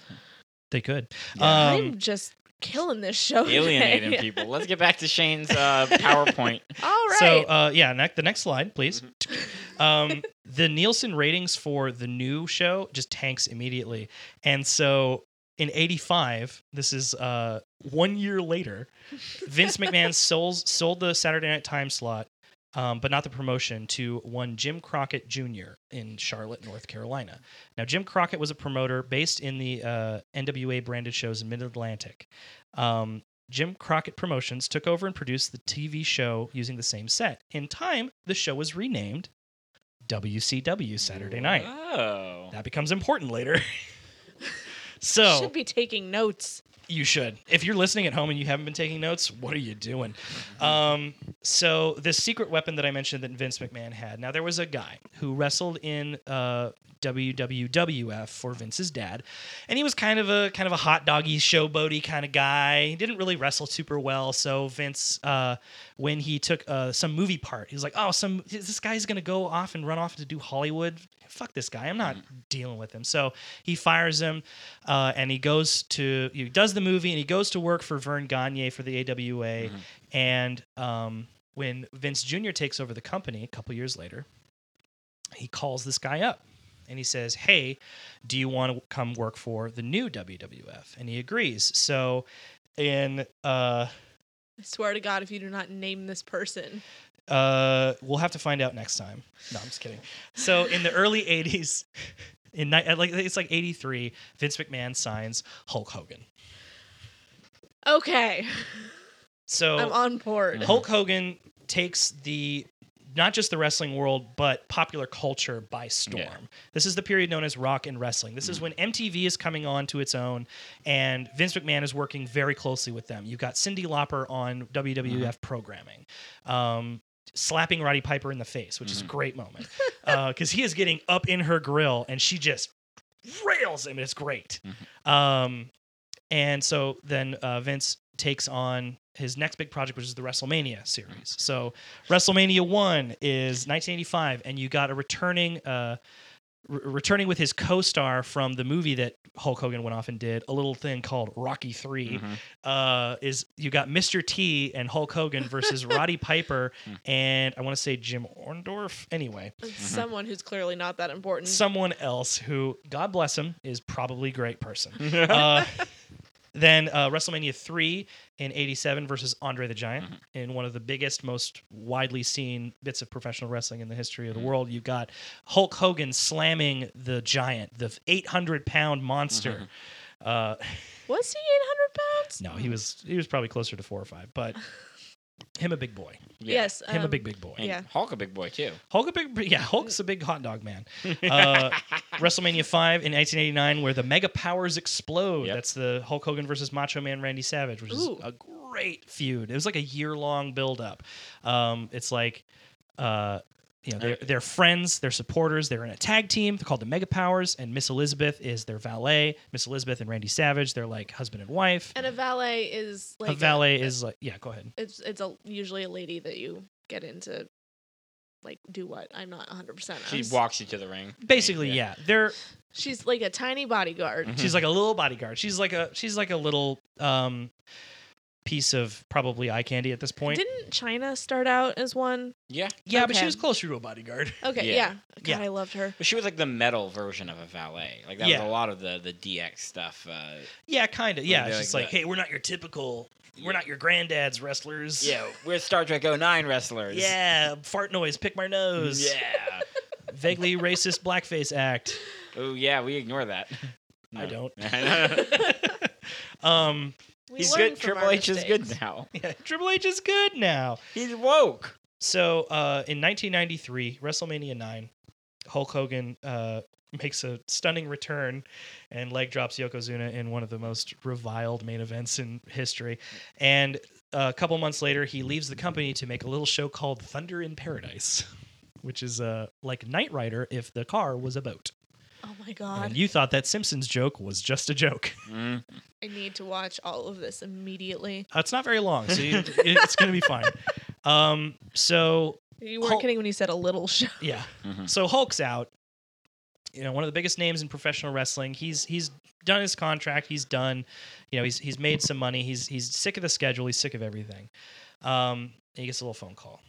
S1: they could.
S2: Yeah.
S1: Um,
S3: I'm just killing this show. today.
S2: alienating people. Let's get back to Shane's uh, PowerPoint.
S3: All right.
S1: So uh, yeah, ne- the next slide, please. um, the Nielsen ratings for the new show just tanks immediately, and so in '85, this is uh, one year later, Vince McMahon sold sold the Saturday Night Time slot. Um, but not the promotion to one Jim Crockett Jr. in Charlotte, North Carolina. Now, Jim Crockett was a promoter based in the uh, NWA branded shows in Mid Atlantic. Um, Jim Crockett Promotions took over and produced the TV show using the same set. In time, the show was renamed WCW Saturday night.
S2: Oh.
S1: That becomes important later. so
S3: Should be taking notes.
S1: you should. If you're listening at home and you haven't been taking notes, what are you doing? Um, so the secret weapon that I mentioned that Vince McMahon had. Now there was a guy who wrestled in uh, WWWF for Vince's dad, and he was kind of a kind of a hot doggy showboaty kind of guy. He didn't really wrestle super well. So Vince, uh, when he took uh, some movie part, he was like, "Oh, some this guy's gonna go off and run off to do Hollywood. Fuck this guy. I'm not dealing with him." So he fires him, uh, and he goes to he does the movie, and he goes to work for Vern Gagne for the AWA, and um, when Vince Jr. takes over the company a couple years later, he calls this guy up and he says, Hey, do you want to come work for the new WWF? And he agrees. So, in uh,
S3: I swear to God, if you do not name this person,
S1: uh, we'll have to find out next time. No, I'm just kidding. So in the early '80s, in ni- like it's like '83, Vince McMahon signs Hulk Hogan.
S3: okay,
S1: So
S3: I'm on board.
S1: Hulk Hogan takes the not just the wrestling world, but popular culture by storm.
S2: Yeah.
S1: This is the period known as rock and wrestling. This is when MTV is coming on to its own, and Vince McMahon is working very closely with them. You've got Cindy Lauper on WWF programming. Um, Slapping Roddy Piper in the face, which is a great moment because he is getting up in her grill and she just rails him. It's great. Um, and so then uh, Vince takes on his next big project, which is the WrestleMania series. So WrestleMania one is 1985, and you got a returning, uh, re- returning with his co-star from the movie that Hulk Hogan went off and did a little thing called Rocky 3
S2: Mm-hmm.
S1: Uh, is you got Mr. T and Hulk Hogan versus Roddy Piper and I want to say Jim Orndorff. Anyway,
S3: Someone who's clearly not that important.
S1: someone else who, God bless him, is probably a great person. uh, then uh, WrestleMania 3 in 87 versus Andre the Giant in one of the biggest, most widely seen bits of professional wrestling in the history of the world. You've got Hulk Hogan slamming the giant, the 800 pound monster. Uh,
S3: Was he 800 pounds?
S1: no, he was he was probably closer to four or five, but him a big boy,
S3: Yes.
S1: him a
S3: um,
S1: big big boy.
S2: And
S3: Yeah.
S2: Hulk a big boy too.
S1: Hulk a big yeah, Hulk's a big hot dog man. Uh, WrestleMania five in 1989, where the mega powers explode.
S2: Yep.
S1: That's the Hulk Hogan versus Macho Man Randy Savage, which
S3: Ooh.
S1: is a great feud. It was like a year long build up. Um, it's like. Uh, you know, they're, they're friends, they're supporters, they're in a tag team. They're called the Mega Powers, and Miss Elizabeth is their valet. Miss Elizabeth and Randy Savage, they're like husband and wife.
S3: And a valet is like uh,
S1: a valet is like, yeah, go ahead.
S3: It's it's a usually a lady that you get into, like do what? I'm not 100. percent
S2: She walks you to the ring.
S1: Basically, yeah. They're
S3: She's like a tiny bodyguard.
S2: Hmm.
S1: She's like a little bodyguard. She's like a she's like a little um piece of probably eye candy at this point.
S3: Didn't China start out as one?
S2: Yeah.
S1: yeah, but
S3: okay.
S1: she was closer to a bodyguard.
S3: Okay,
S2: Yeah.
S3: yeah. God,
S1: Yeah.
S3: I loved her.
S2: But she was like the metal version of a valet. Like that
S1: Yeah.
S2: was a lot of the the DX stuff. Uh,
S1: Yeah, kind of. Yeah,
S2: Like,
S1: she's
S2: like
S1: like,
S2: that.
S1: hey, we're not your typical,
S2: Yeah.
S1: we're not your granddad's wrestlers.
S2: yeah, we're Star Trek 09 wrestlers.
S1: yeah, fart noise, pick my nose.
S2: Yeah.
S1: vaguely racist blackface act.
S2: oh yeah, we ignore that.
S1: I don't.
S2: don't.
S1: um,
S3: We
S2: He's
S3: learn
S2: good.
S3: from
S2: Triple
S3: our
S2: H is good
S3: mistakes.
S2: now.
S1: yeah, Triple H is good now.
S2: He's woke.
S1: So uh, in 1993, WrestleMania 9, Hulk Hogan uh, makes a stunning return and leg drops Yokozuna in one of the most reviled main events in history. And uh, a couple months later, he leaves the company to make a little show called Thunder in Paradise, which is uh, like Knight Rider if the car was a boat.
S3: Oh my god,
S1: And you thought that Simpsons joke was just a joke.
S2: Mm.
S3: I need to watch all of this immediately.
S1: Uh, it's not very long, so you, it's going to be fine. Um, so
S3: You weren't
S1: Hulk-
S3: kidding when you said a little show.
S1: Yeah.
S2: Mhm.
S1: So Hulk's out. You know, one of the biggest names in professional wrestling. He's he's done his contract. He's done. You know, he's he's made some money. He's he's sick of the schedule. He's sick of everything. Um, and he gets a little phone call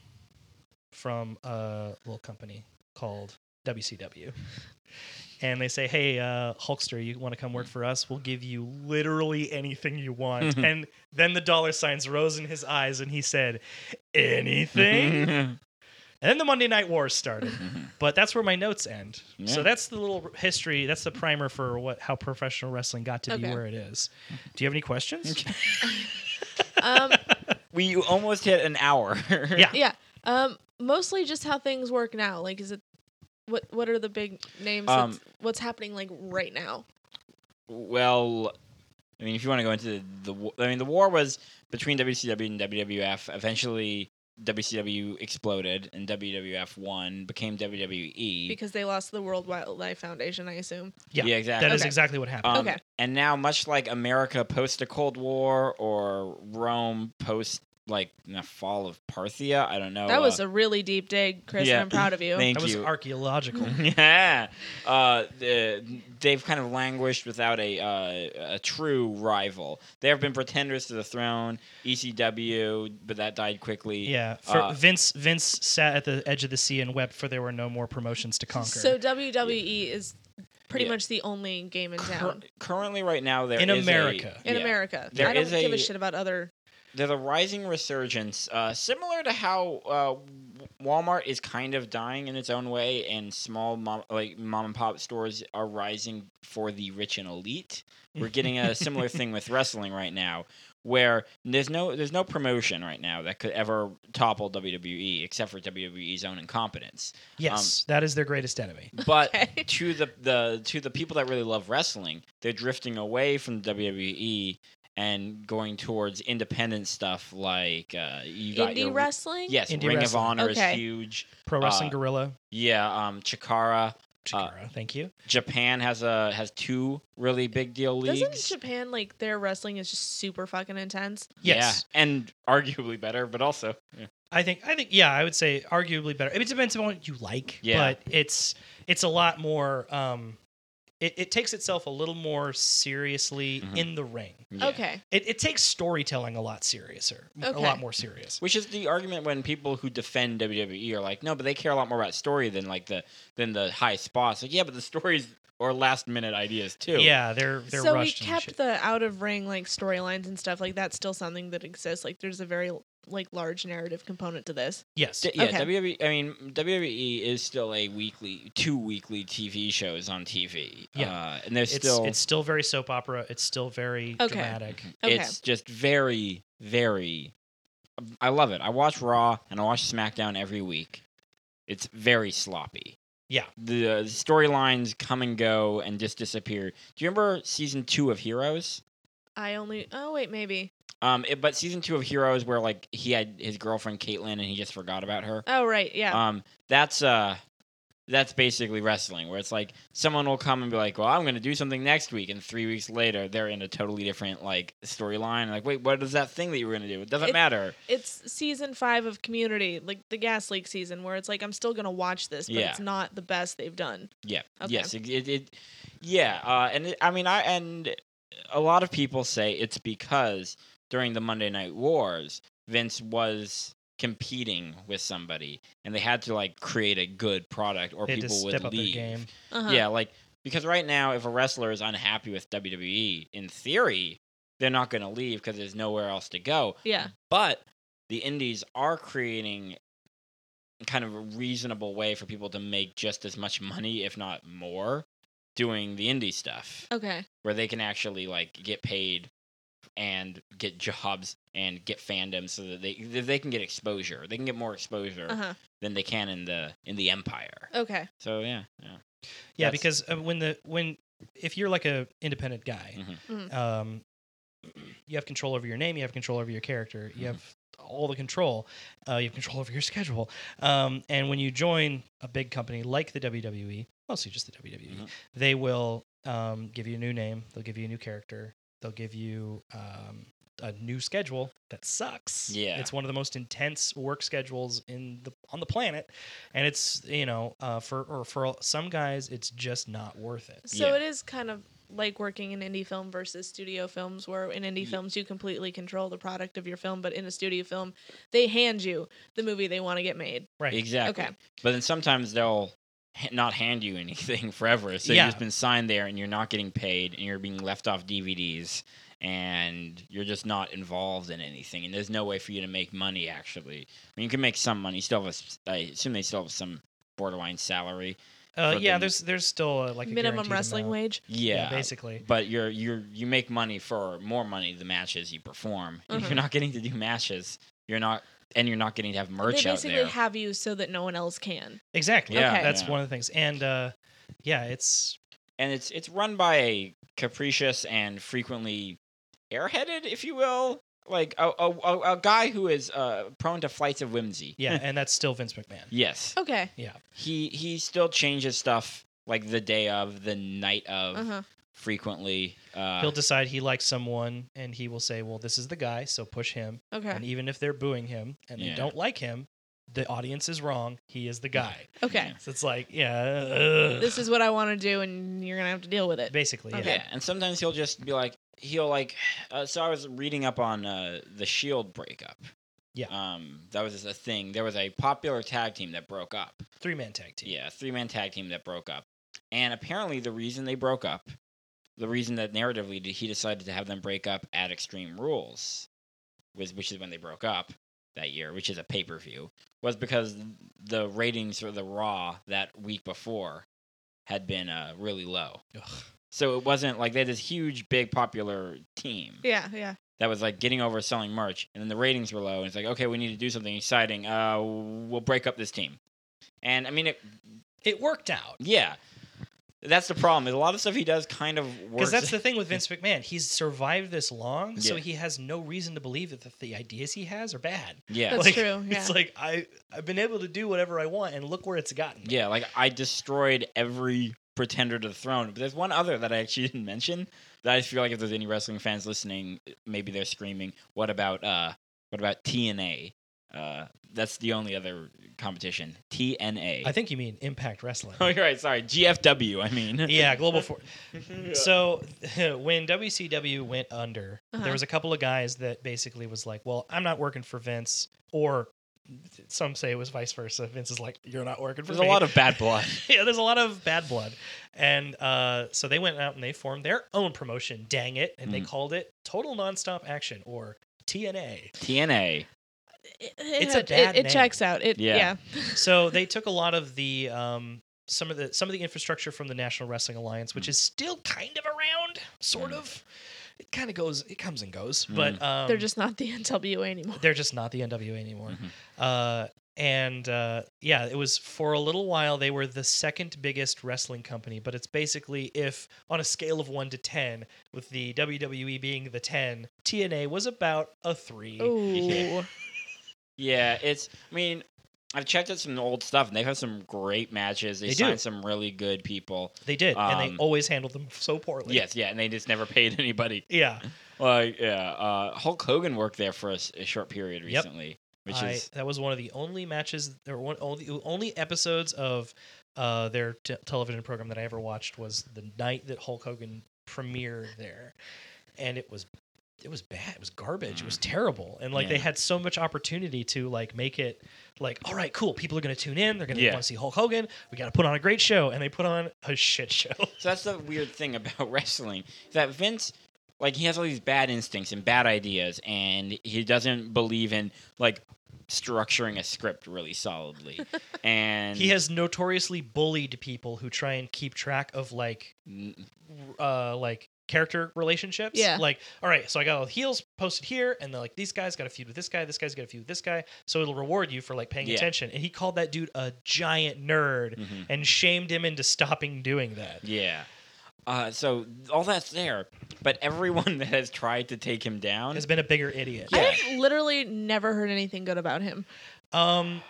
S1: from a little company called WCW, and they say, "Hey, uh, Hulkster, you want to come work for us? We'll give you literally anything you want." and then the dollar signs rose in his eyes, and he said, "Anything." And then the Monday Night Wars started. but that's where my notes end.
S2: Mm-hmm. Yeah.
S1: So that's the little history. That's the primer for what how professional wrestling got to be
S3: Okay.
S1: where it is. Do you have any questions?
S3: Um,
S2: we almost hit an hour.
S1: yeah.
S3: yeah. Um, mostly just how things work now. Like, is it What What are the big names?
S2: Um,
S3: that's, what's happening like right now?
S2: Well, I mean, if you want to go into the, the wa- I mean, the war was between WCW and WWF. Eventually, WCW exploded and WWF won, became E. WWE.
S3: Because they lost the World Wildlife Foundation, I assume.
S1: Yeah,
S2: exactly.
S1: That is
S3: Okay.
S1: exactly what happened.
S2: Um,
S3: Okay.
S2: And now, much like America post the Cold War or Rome post like the fall of Parthia, I don't know.
S3: that was
S2: uh,
S3: a really deep dig, Chris.
S2: yeah.
S3: and I'm proud of you.
S2: thank
S1: that was
S2: you. Mm-hmm.
S1: archaeological.
S2: yeah, uh, the- they've kind of languished without a uh, a true rival. There have been pretenders to the throne, ECW, but that died quickly.
S1: yeah, for
S2: Uh,
S1: Vince Vince sat at the edge of the sea and wept for there were no more promotions to conquer.
S3: So WWE is pretty
S2: Yeah.
S3: much the only game in
S2: Cur-
S3: town
S2: currently, right now, there
S1: In
S2: is a-
S1: America.
S3: in
S2: yeah.
S3: America.
S2: There
S3: I don't
S2: is
S3: give a,
S2: a-
S3: shit about other.
S2: There's a rising resurgence, uh, similar to how uh, Walmart is kind of dying in its own way, and small mom, like mom and pop stores are rising for the rich and elite. We're getting a similar thing with wrestling right now, where there's no there's no promotion right now that could ever topple WWE except for WWE's own incompetence. um,
S1: yes, that is their greatest enemy.
S2: But
S3: Okay.
S2: to the, the to the people that really love wrestling, they're drifting away from WWE and going towards independent stuff like uh, you got
S3: Indie
S2: your,
S3: wrestling?
S2: Yes,
S1: Indie
S2: Ring
S1: wrestling.
S2: of Honor
S3: Okay.
S2: is huge.
S1: Pro Wrestling
S2: Uh,
S1: Gorilla,
S2: Yeah, um, Chikara. uh,
S1: Chikara, thank you.
S2: Japan has a has two really big deal leagues.
S3: Doesn't Japan like their wrestling is just super fucking intense?
S1: Yes.
S2: Yeah, and arguably better, but also yeah.
S1: I think I think yeah, I would say arguably better. It depends on what you like,
S2: Yeah.
S1: but it's it's a lot more um it, it takes itself a little more seriously
S2: Mhm.
S1: in the ring.
S2: Yeah.
S3: Okay.
S1: It, it takes storytelling a lot seriouser, a
S3: Okay.
S1: lot more serious.
S2: Which is the argument when people who defend WWE are like, no, but they care a lot more about story than like the than the high spots. Like, yeah, but the stories or last minute ideas too.
S1: Yeah, they're they're
S3: so we
S1: rushed. and
S3: kept
S1: shit.
S3: the out of ring like storylines and stuff like that's still something that exists. Like there's a very like large narrative component to this.
S1: yes,
S2: D- yeah,
S3: Okay.
S2: WWE. I mean, WWE is still a weekly, two weekly TV shows on TV.
S1: Yeah.
S2: uh, and there's
S1: it's
S2: still Mm-hmm.
S1: it's still very soap opera. It's still very
S3: Okay.
S1: dramatic.
S3: Okay.
S2: It's just very, very. I love it. I watch Raw and I watch SmackDown every week. It's very sloppy.
S1: Yeah.
S2: The, uh, storylines come and go and just disappear. Do you remember season two of Heroes?
S3: I only oh wait, maybe.
S2: Um, it, but season two of Heroes, where like he had his girlfriend Caitlyn and he just forgot about her.
S3: Oh right, yeah.
S2: Um, that's uh, that's basically wrestling, where it's like someone will come and be like, "Well, I'm going to do something next week," and three weeks later, they're in a totally different like storyline. Like, wait, what is that thing that you were going to do? It doesn't
S3: It's-
S2: matter.
S3: it's season five of community, like the gas leak season, where it's like I'm still gonna watch this, but
S2: Yeah.
S3: it's not the best they've done.
S2: Yeah.
S3: Okay.
S2: Yes. It, it, it- Yeah. Uh, and it, I mean, I and a lot of people say it's because during the Monday Night Wars, Vince was competing with somebody, and they had to like create a good product, or
S1: They had to
S2: people would
S1: step up
S2: leave.
S1: their game.
S3: Uh-huh.
S2: Yeah, like because right now, if a wrestler is unhappy with WWE, in theory, they're not going to leave because there's nowhere else to go.
S3: Yeah.
S2: But the indies are creating kind of a reasonable way for people to make just as much money, if not more, doing the indie stuff
S3: Okay.
S2: where they can actually like get paid and get jobs and get fandom so that they they can get exposure. They can get more exposure
S3: Uh huh.
S2: than they can in the in the empire.
S3: Okay.
S2: So yeah, yeah.
S1: Yeah,
S2: That's-
S1: because uh, when the when if you're like a independent guy,
S2: Mhm.
S3: Mhm.
S1: um, you have control over your name, you have control over your character,
S2: Mm-hmm.
S1: you have all the control, uh, you have control over your schedule. Um, and when you join a big company like the WWE, mostly just the WWE,
S2: Mhm.
S1: they will um, give you a new name, they'll give you a new character, they'll give you um, a new schedule that sucks.
S2: Yeah.
S1: it's one of the most intense work schedules in the on the planet and it's you know uh, for or for some guys it's just not worth it
S3: So
S2: Yeah.
S3: it is kind of like working in indie film versus studio films, where in indie
S2: Ye-
S3: films you completely control the product of your film, but in a studio film, they hand you the movie they want to get made.
S1: right
S2: Exactly.
S3: Okay.
S2: But then sometimes they'll h- not hand you anything forever. So
S1: Yeah.
S2: you've just been signed there and you're not getting paid and you're being left off DVDs and you're just not involved in anything. And there's no way for you to make money, actually. I mean, you can make some money. You still have a s I assume they still have some borderline salary.
S1: uh,
S2: For
S1: yeah
S2: the-
S1: there's there's still uh, like a
S3: Minimum
S1: guaranteed
S3: wrestling
S1: amount.
S3: wage.
S1: yeah,
S2: Yeah.
S1: basically
S2: but you're you're you make money for more money the matches you perform. And If
S3: Mhm.
S2: you're not getting to do matches, you're not and you're not getting to have merch
S3: they
S2: out
S3: basically
S2: there.
S3: have you so that no one else can.
S1: Exactly.
S2: Yeah.
S3: Okay.
S1: That's
S2: Yeah.
S1: one of the things. And uh, yeah, it's
S2: and it's it's run by a capricious and frequently airheaded, if you will, like a a, a, a guy who is uh, prone to flights of whimsy.
S1: yeah, and that's still Vince McMahon.
S2: Yes.
S3: Okay.
S2: He he still changes stuff like the day of, the night of,
S3: Uh huh.
S2: frequently. Uh,
S1: He'll decide he likes someone, and he will say, "Well, this is the guy, so push him." And
S3: Okay.
S1: even if they're booing him and they
S2: Yeah.
S1: don't like him, the audience is wrong. He is the guy.
S3: Okay.
S1: So it's like, yeah, ugh.
S3: This is what I want to do, and you're gonna have to deal with it.
S1: basically
S2: yeah.
S3: Okay.
S1: yeah.
S2: and sometimes he'll just be like he'll like. Uh, so I was reading up on uh, the Shield breakup.
S1: Yeah.
S2: Um, that was a thing. There was a popular tag team that broke up.
S1: three man tag team.
S2: Yeah, three man tag team that broke up. And apparently, the reason they broke up, the reason that narratively d- he decided to have them break up at Extreme Rules, was which is when they broke up that year, which is a pay per view, was because the ratings for the Raw that week before had been uh, really low.
S1: Ugh.
S2: So it wasn't like they had this huge, big, popular team
S3: Yeah. Yeah.
S2: that was like getting over selling merch, and then the ratings were low, and it's like, okay, we need to do something exciting. Uh, we'll break up this team. And I mean, it
S1: It worked out.
S2: yeah. That's the problem. Is a lot of stuff he does kind of works.
S1: Because that's the thing with Vince McMahon. He's survived this long, so
S2: Yeah.
S1: he has no reason to believe that the, the ideas he has are bad.
S2: yeah.
S3: That's
S1: Like,
S3: true,
S1: It's
S3: yeah.
S1: like I I've been able to do whatever I want, and look where it's gotten. me.
S2: yeah, like I destroyed every pretender to the throne. But there's one other that I actually didn't mention that I feel like if there's any wrestling fans listening, maybe they're screaming, What about uh what about TNA? Uh that's the only other competition. TNA.
S1: I think you mean Impact Wrestling.
S2: oh you're right, sorry. GFW, I mean.
S1: yeah, Global Force.
S2: Yeah.
S1: So when WCW went under,
S3: Uh-huh.
S1: there was a couple of guys that basically was like, "Well, I'm not working for Vince," or some say it was vice versa. Vince is like, "You're not working for
S2: there's
S1: me."
S2: a lot of bad blood.
S1: yeah, there's a lot of bad blood, and uh, so they went out and they formed their own promotion. Dang it! And they
S2: Mhm.
S1: called it Total Nonstop Action or TNA.
S2: TNA.
S3: It,
S1: It's a
S3: it-
S1: bad
S3: It,
S1: name.
S3: checks out. It.
S2: Yeah.
S3: Yeah.
S1: so they took a lot of the um, some of the some of the infrastructure from the National Wrestling Alliance, which is still kind of around, sort
S2: Mm.
S1: of. It kind of goes, it comes and goes,
S2: Mm.
S1: but um,
S3: They're just not the NWA anymore.
S1: they're just not the NWA anymore.
S2: Mhm.
S1: Uh, and uh, yeah, it was for a little while they were the second biggest wrestling company, but it's basically if on a scale of one to ten, with the WWE being the ten, TNA was about a three.
S3: Ooh.
S2: Yeah, it's. I mean, I've checked out some old stuff, and they've had some great matches. They,
S1: They do.
S2: signed some really good people.
S1: They did, and they
S2: Um,
S1: always handled them so poorly.
S2: Yes, yeah, and they just never paid anybody.
S1: yeah.
S2: Like, yeah, uh, Hulk Hogan worked there for a, s- a short period
S1: Yep.
S2: recently, which
S1: I-
S2: is
S1: that was one of the only matches or one only only episodes of uh, their t- television program that I ever watched was the night that Hulk Hogan premiered there, and it was it was bad. It was garbage. It was terrible. And like they
S2: Mm. Yeah.
S1: had so much opportunity to like make it like all right, cool. People are gonna tune in. They're gonna
S2: Yeah.
S1: want to see Hulk Hogan. We gotta put on a great show, and they put on a shit show.
S2: so. That's the weird thing about wrestling is that Vince, like, he has all these bad instincts and bad ideas, and he doesn't believe in like structuring a script really solidly. and
S1: he has notoriously bullied people who try and keep track of like
S2: n-
S1: uh like character relationships.
S3: Yeah.
S1: Like, all right, so I got all the heels posted here, and then like these guys got a feud with this guy, this guy's got a feud with this guy. So it'll reward you for like paying
S2: Yeah.
S1: attention. And he called that dude a giant nerd
S2: mhm.
S1: and shamed him into stopping doing that.
S2: Yeah. Uh, so all that's there, but everyone that has tried to take him down,
S1: Has been a bigger idiot.
S2: Yeah.
S3: I've literally never heard anything good about him.
S1: Um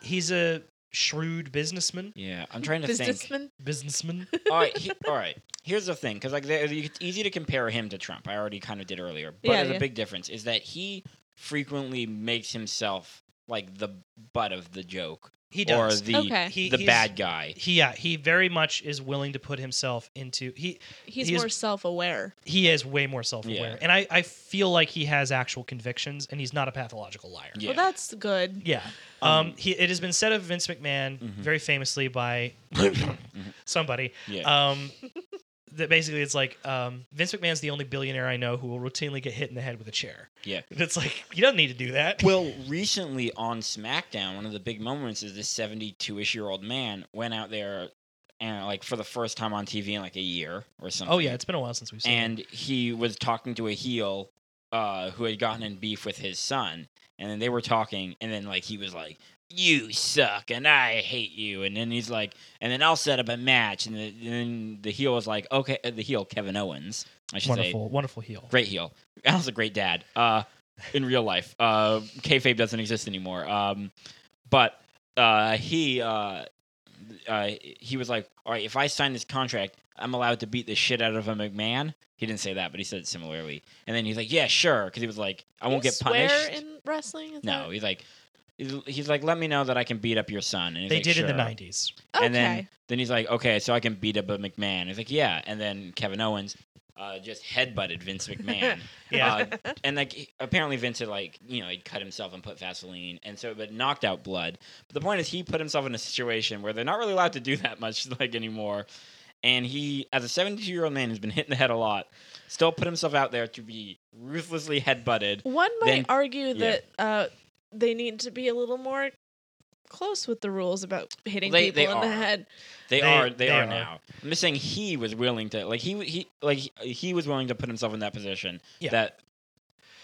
S1: he's a shrewd businessman.
S2: yeah, I'm trying to think.
S3: Businessman.
S1: Businessman.
S2: all right, he, all right. Here's the thing, because like there- it's easy to compare him to Trump. I already kind of did earlier, but
S3: Yeah,
S2: there's
S3: yeah.
S2: a big difference is that he frequently makes himself like the butt of the joke
S1: He
S2: or
S1: does.
S2: the
S3: Okay.
S1: He-
S2: the
S1: he's-
S2: bad guy.
S1: he yeah, he very much is willing to put himself into he
S3: He's,
S1: He's-
S3: more self-aware.
S1: he is way more self-aware.
S2: Yeah.
S1: And I I feel like he has actual convictions and he's not a pathological liar.
S2: Yeah.
S3: Well, that's good.
S1: Yeah. Um,
S2: Um,
S1: he, it has been said of Vince McMahon,
S2: Mhm.
S1: very famously by
S2: Mm-hmm.
S1: somebody,
S2: yeah.
S1: um, that basically it's like um, Vince McMahon's the only billionaire I know who will routinely get hit in the head with a chair.
S2: Yeah.
S1: And It's like, you don't need to do that.
S2: well, recently on SmackDown, one of the big moments is this 72ish year old man went out there and like for the first time on TV in like a year or something.
S1: oh, yeah. It's been a while since we've seen it.
S2: and he was talking to a heel uh, who had gotten in beef with his son, and then they were talking, and then like he was like, "You suck, and I hate you," and then he's like, "And then I'll set up a match," and, the, and then the heel was like, "Okay," uh, the heel Kevin Owens, I should say,
S1: wonderful, wonderful heel.
S2: great heel. Alan's a great dad. Uh, in real life, uh, kayfabe doesn't exist anymore. Um, but uh, he uh, uh, he was like, all right, if I sign this contract, I'm allowed to beat the shit out of a McMahon. He didn't say that, but he said it similarly. And then he's like, yeah, sure, because he was like, I won't
S3: You
S2: get
S3: swear
S2: punished.
S3: in wrestling? Is
S2: no,
S3: that-
S2: he's like. He's like, let me know that I can beat up your son. And he's
S1: They
S2: like,
S1: did in the
S2: "Sure."
S1: nineties.
S3: Okay.
S2: And then then he's like, okay, so I can beat up a McMahon. He's like, yeah. And then Kevin Owens uh, just headbutted Vince McMahon.
S1: Yeah.
S2: Uh, and like he- apparently Vince had like you know he cut himself and put Vaseline, and so but knocked out blood. But the point is he put himself in a situation where they're not really allowed to do that much like anymore. And he, as a 72 year old man who's been hit in the head a lot, still put himself out there to be ruthlessly headbutted.
S3: One might
S2: then-
S3: argue
S2: yeah.
S3: that uh, they need to be a little more close with the rules about hitting
S2: They-
S3: people
S2: they
S3: in
S2: are.
S3: the head.
S2: They,
S1: They-
S2: are, they,
S1: they
S2: are,
S1: are.
S2: now. I'm just saying he was willing to like he he like he, he was willing to put himself in that position.
S1: Yeah.
S2: That,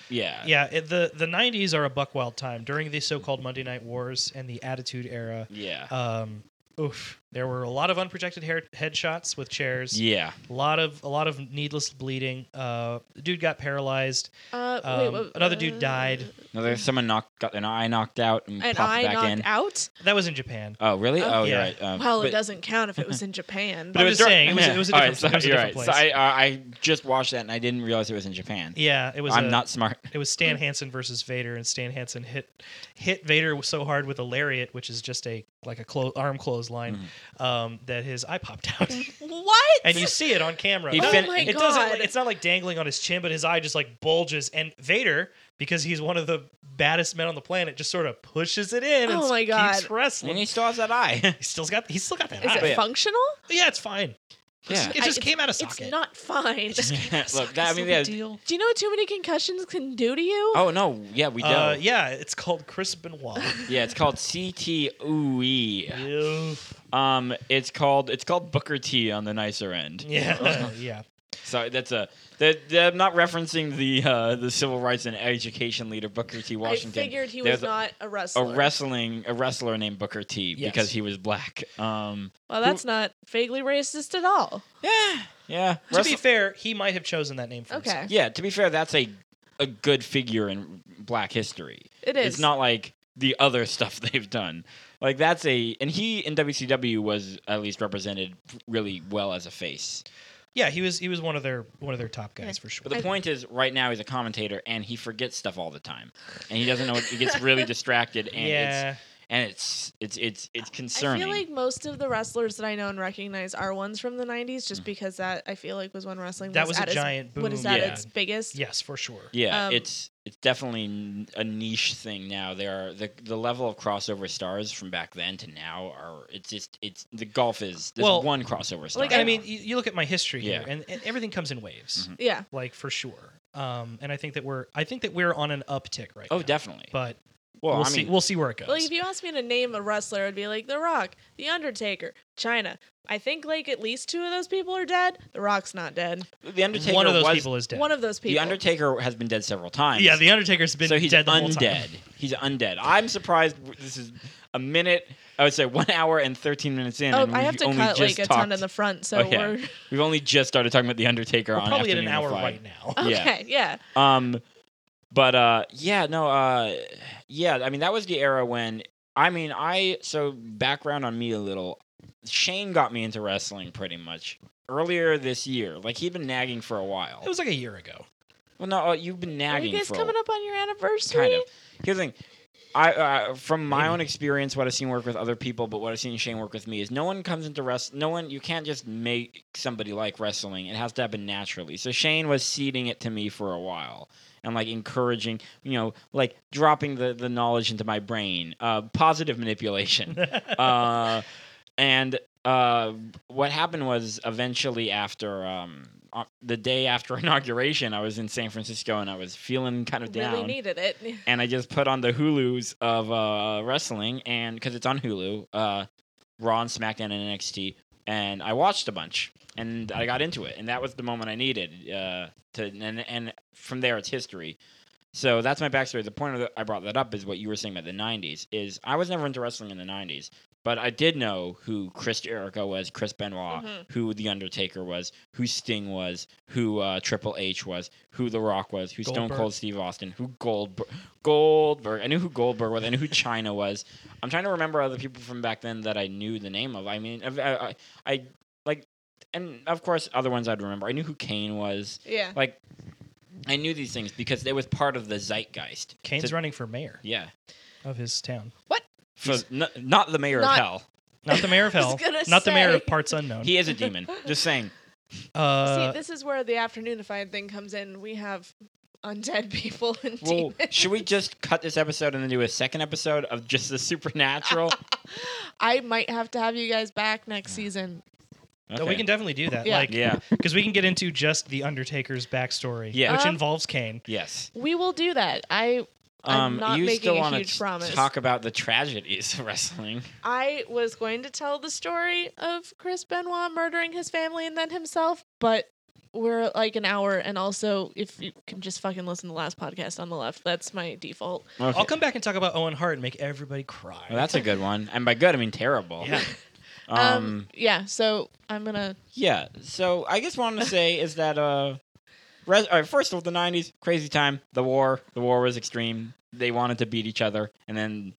S2: yeah,
S1: Yeah, it, the the nineties are a buck wild time during the so called Monday Night Wars and the Attitude Era.
S2: yeah,
S1: Um, oof, there were a lot of unprotected hair, headshots with chairs.
S2: yeah.
S1: A lot of a lot of needless bleeding. Uh, the dude got paralyzed.
S3: Uh, wait,
S1: Um,
S3: what-
S1: another dude died.
S2: No, there's someone knocked got an eye knocked out and,
S3: And
S2: popped
S3: I
S2: back
S3: knocked
S2: in.
S3: out.
S1: That was in Japan.
S2: Oh, really?
S3: Oh,
S2: Oh, you're
S1: yeah.
S2: right. Um,
S3: Well,
S2: but-
S3: it doesn't count if it was in Japan.
S1: But it
S2: I'm
S1: was
S2: just
S1: saying, it was- it was a
S2: All
S1: different- it was a
S2: you're
S1: different
S2: right. So
S1: place.
S2: I, I I just watched that and I didn't realize it was in Japan.
S1: Yeah, it was.
S2: I'm
S1: a-
S2: not smart.
S1: It was Stan Hansen versus Vader, and Stan Hansen hit hit Vader so hard with a lariat, which is just a like a clo- arm clothesline,
S2: Mm-hmm.
S1: um, that his eye popped out.
S3: what?
S1: and you see it on camera.
S2: He
S1: Not-
S2: fin-
S3: oh my
S2: it
S1: it
S3: god!
S1: doesn't. like- It's not like dangling on his chin, but his eye just like bulges. And Vader, because he's one of the baddest men on the planet, just sort of pushes it in. and
S3: Oh my
S1: Keeps
S3: God.
S2: And
S1: wrestling.
S2: he still has that eye.
S1: He still's got. He's still got that
S3: Is
S1: eye.
S3: it
S2: but yeah.
S3: functional?
S1: yeah, it's fine. It
S2: yeah.
S3: I-
S1: just
S3: it's-
S1: came out of
S3: It's
S1: socket.
S3: not fine.
S2: Look, that, I mean, yeah.
S3: Do you know what too many concussions can do to you?
S2: Oh no, yeah, we do.
S1: Uh, yeah,
S2: yeah.
S1: it's called Chris Benoit.
S2: it's called CTOE.
S1: Oof.
S2: E. Um, it's called it's called Booker T on the nicer end.
S1: yeah, yeah.
S2: Sorry, that's a that, that- I'm not referencing the uh, the civil rights and education leader Booker T Washington.
S3: I figured he
S2: There's
S3: was
S2: a-
S3: not a
S2: a
S3: wrestler.
S2: wrestling a wrestler named Booker T
S1: Yes.
S2: because he was black. Um,
S3: well, that's not vaguely racist at all.
S2: yeah, yeah.
S1: To be fair, he might have chosen that name for
S3: Okay.
S1: himself.
S2: Yeah, to be fair, that's a a good figure in black history.
S3: It is.
S2: It's not like the other stuff they've done. Like that's a and he in WCW was at least represented really well as a face.
S1: Yeah, he was he was one of their one of their top guys for sure.
S2: But the
S3: I-
S2: point is right now he's a commentator and he forgets stuff all the time. And he doesn't know what he gets really distracted and it's
S1: yeah,
S2: and it's it's it's it's
S3: I
S2: concerning.
S3: feel like most of the wrestlers that I know and recognize are ones from the '90s,
S2: Mm.
S3: just because that I feel like was when wrestling
S1: that was a
S3: at its,
S1: giant boom.
S3: What is that?
S2: Yeah.
S3: Its biggest.
S1: Yes, for sure.
S2: Yeah,
S3: Um,
S2: it's it's definitely n- a niche thing now. There are the the level of crossover stars from back then to now are it's just it's the golf is there's
S1: Well,
S2: one crossover star.
S1: Like I mean, you, you look at my history
S2: Yeah.
S1: here, and, and everything comes in waves.
S2: Mhm.
S3: Yeah.
S1: like for sure. Um, and I think that we're I think that we're on an uptick right now.
S2: oh, definitely.
S1: But
S2: well,
S1: we'll
S2: I
S1: see
S2: mean,
S1: we'll see where it goes.
S3: Like if you asked me to name a wrestler, I'd be like The Rock, The Undertaker, China. I think like at least two of those people are dead. The Rock's not dead.
S2: the Undertaker
S1: One of those
S2: was,
S1: people is dead.
S3: One of those people.
S2: the Undertaker has been dead several times.
S1: yeah, the Undertaker's been
S2: so he's
S1: dead the whole
S2: undead.
S1: time.
S2: He's undead. I'm surprised. w- This is a minute. I would say one hour and thirteen minutes in.
S3: oh,
S2: and
S3: I have
S2: we've
S3: to
S2: only
S3: cut like
S2: just
S3: a ton
S2: talked-
S3: in the front, so
S2: Oh, yeah.
S3: we're
S2: We've only just started talking about the Undertaker
S1: We're
S2: on
S1: probably at an hour
S2: Afternoon Five.
S1: right now.
S2: Yeah.
S3: okay. Yeah.
S2: Um, but uh, yeah, no, uh, yeah. I mean, that was the era when I mean, I so background on me a little. Shane got me into wrestling pretty much earlier this year. Like he'd been nagging for a while.
S1: It was like a year ago.
S2: well, no, uh, you've been
S3: Are
S2: nagging
S3: you guys
S2: for a-
S3: coming up on your anniversary?
S2: kind of. Here's the thing. I, uh, from my own experience, what I've seen work with other people, but what I've seen Shane work with me is no one comes into rest. No one, you can't just make somebody like wrestling. It has to happen naturally. So Shane was seeding it to me for a while and like encouraging, you know, like dropping the, the knowledge into my brain, uh, positive manipulation. uh, and uh, what happened was eventually after um, uh, the day after inauguration, I was in San Francisco and I was feeling kind of down
S3: Really needed it.
S2: and I just put on the Hulu's of uh, wrestling, and because it's on Hulu, uh, Raw and SmackDown and NXT and I watched a bunch, and I got into it, and that was the moment I needed uh, to, and and from there it's history. So that's my backstory. The point of the, I brought that up is what you were saying about the '90s. Is I was never into wrestling in the '90s, but I did know who Chris Jericho was, Chris Benoit,
S3: Mhm.
S2: who The Undertaker was, who Sting was, who uh, Triple H was, who The Rock was, who Stone
S1: Goldberg.
S2: Cold Steve Austin, who Goldberg, Goldberg. I knew who Goldberg was. I knew who China was. I'm trying to remember other people from back then that I knew the name of. I mean, I, I, I like, and of course, other ones I'd remember. I knew who Kane was.
S3: Yeah.
S2: Like, I knew these things because it was part of the zeitgeist.
S1: Kane's
S2: To-
S1: running for mayor
S2: Yeah,
S1: of his town.
S2: for, n- not the mayor
S3: Not-
S2: of hell.
S1: Not the mayor of
S3: I was
S1: hell.
S3: gonna
S1: Not the mayor
S3: say.
S1: of parts unknown.
S2: He is a demon. Just saying.
S1: uh,
S3: See, this is where the afternoonified thing comes in. We have undead people and
S2: Well,
S3: demons.
S2: should we just cut this episode and then do a second episode of just the supernatural?
S3: I might have to have you guys back next season.
S1: no, we
S2: Okay.
S1: can definitely do that.
S3: Yeah.
S1: Like,
S2: Yeah.
S1: because we can get into just the Undertaker's backstory,
S2: Yeah.
S1: which
S3: Um,
S1: involves Kane.
S2: Yes.
S3: We will do that. I I'm
S2: Um,
S3: not
S2: you
S3: making
S2: still
S3: a
S2: wanna
S3: huge
S2: t-
S3: promise.
S2: talk about the tragedies of wrestling?
S3: I was going to tell the story of Chris Benoit murdering his family and then himself, but we're at, like an hour and also if you can just fucking listen to the last podcast on the left, that's my default.
S2: Okay.
S1: I'll come back and talk about Owen Hart and make everybody cry.
S2: Well, that's a good one, and by good I mean terrible.
S1: yeah.
S2: Um,
S3: yeah, so I'm going to
S2: yeah. So I guess what I'm gonna say is that uh, res- all right, first of all, the '90s crazy time. The war, the war was extreme. They wanted to beat each other, and then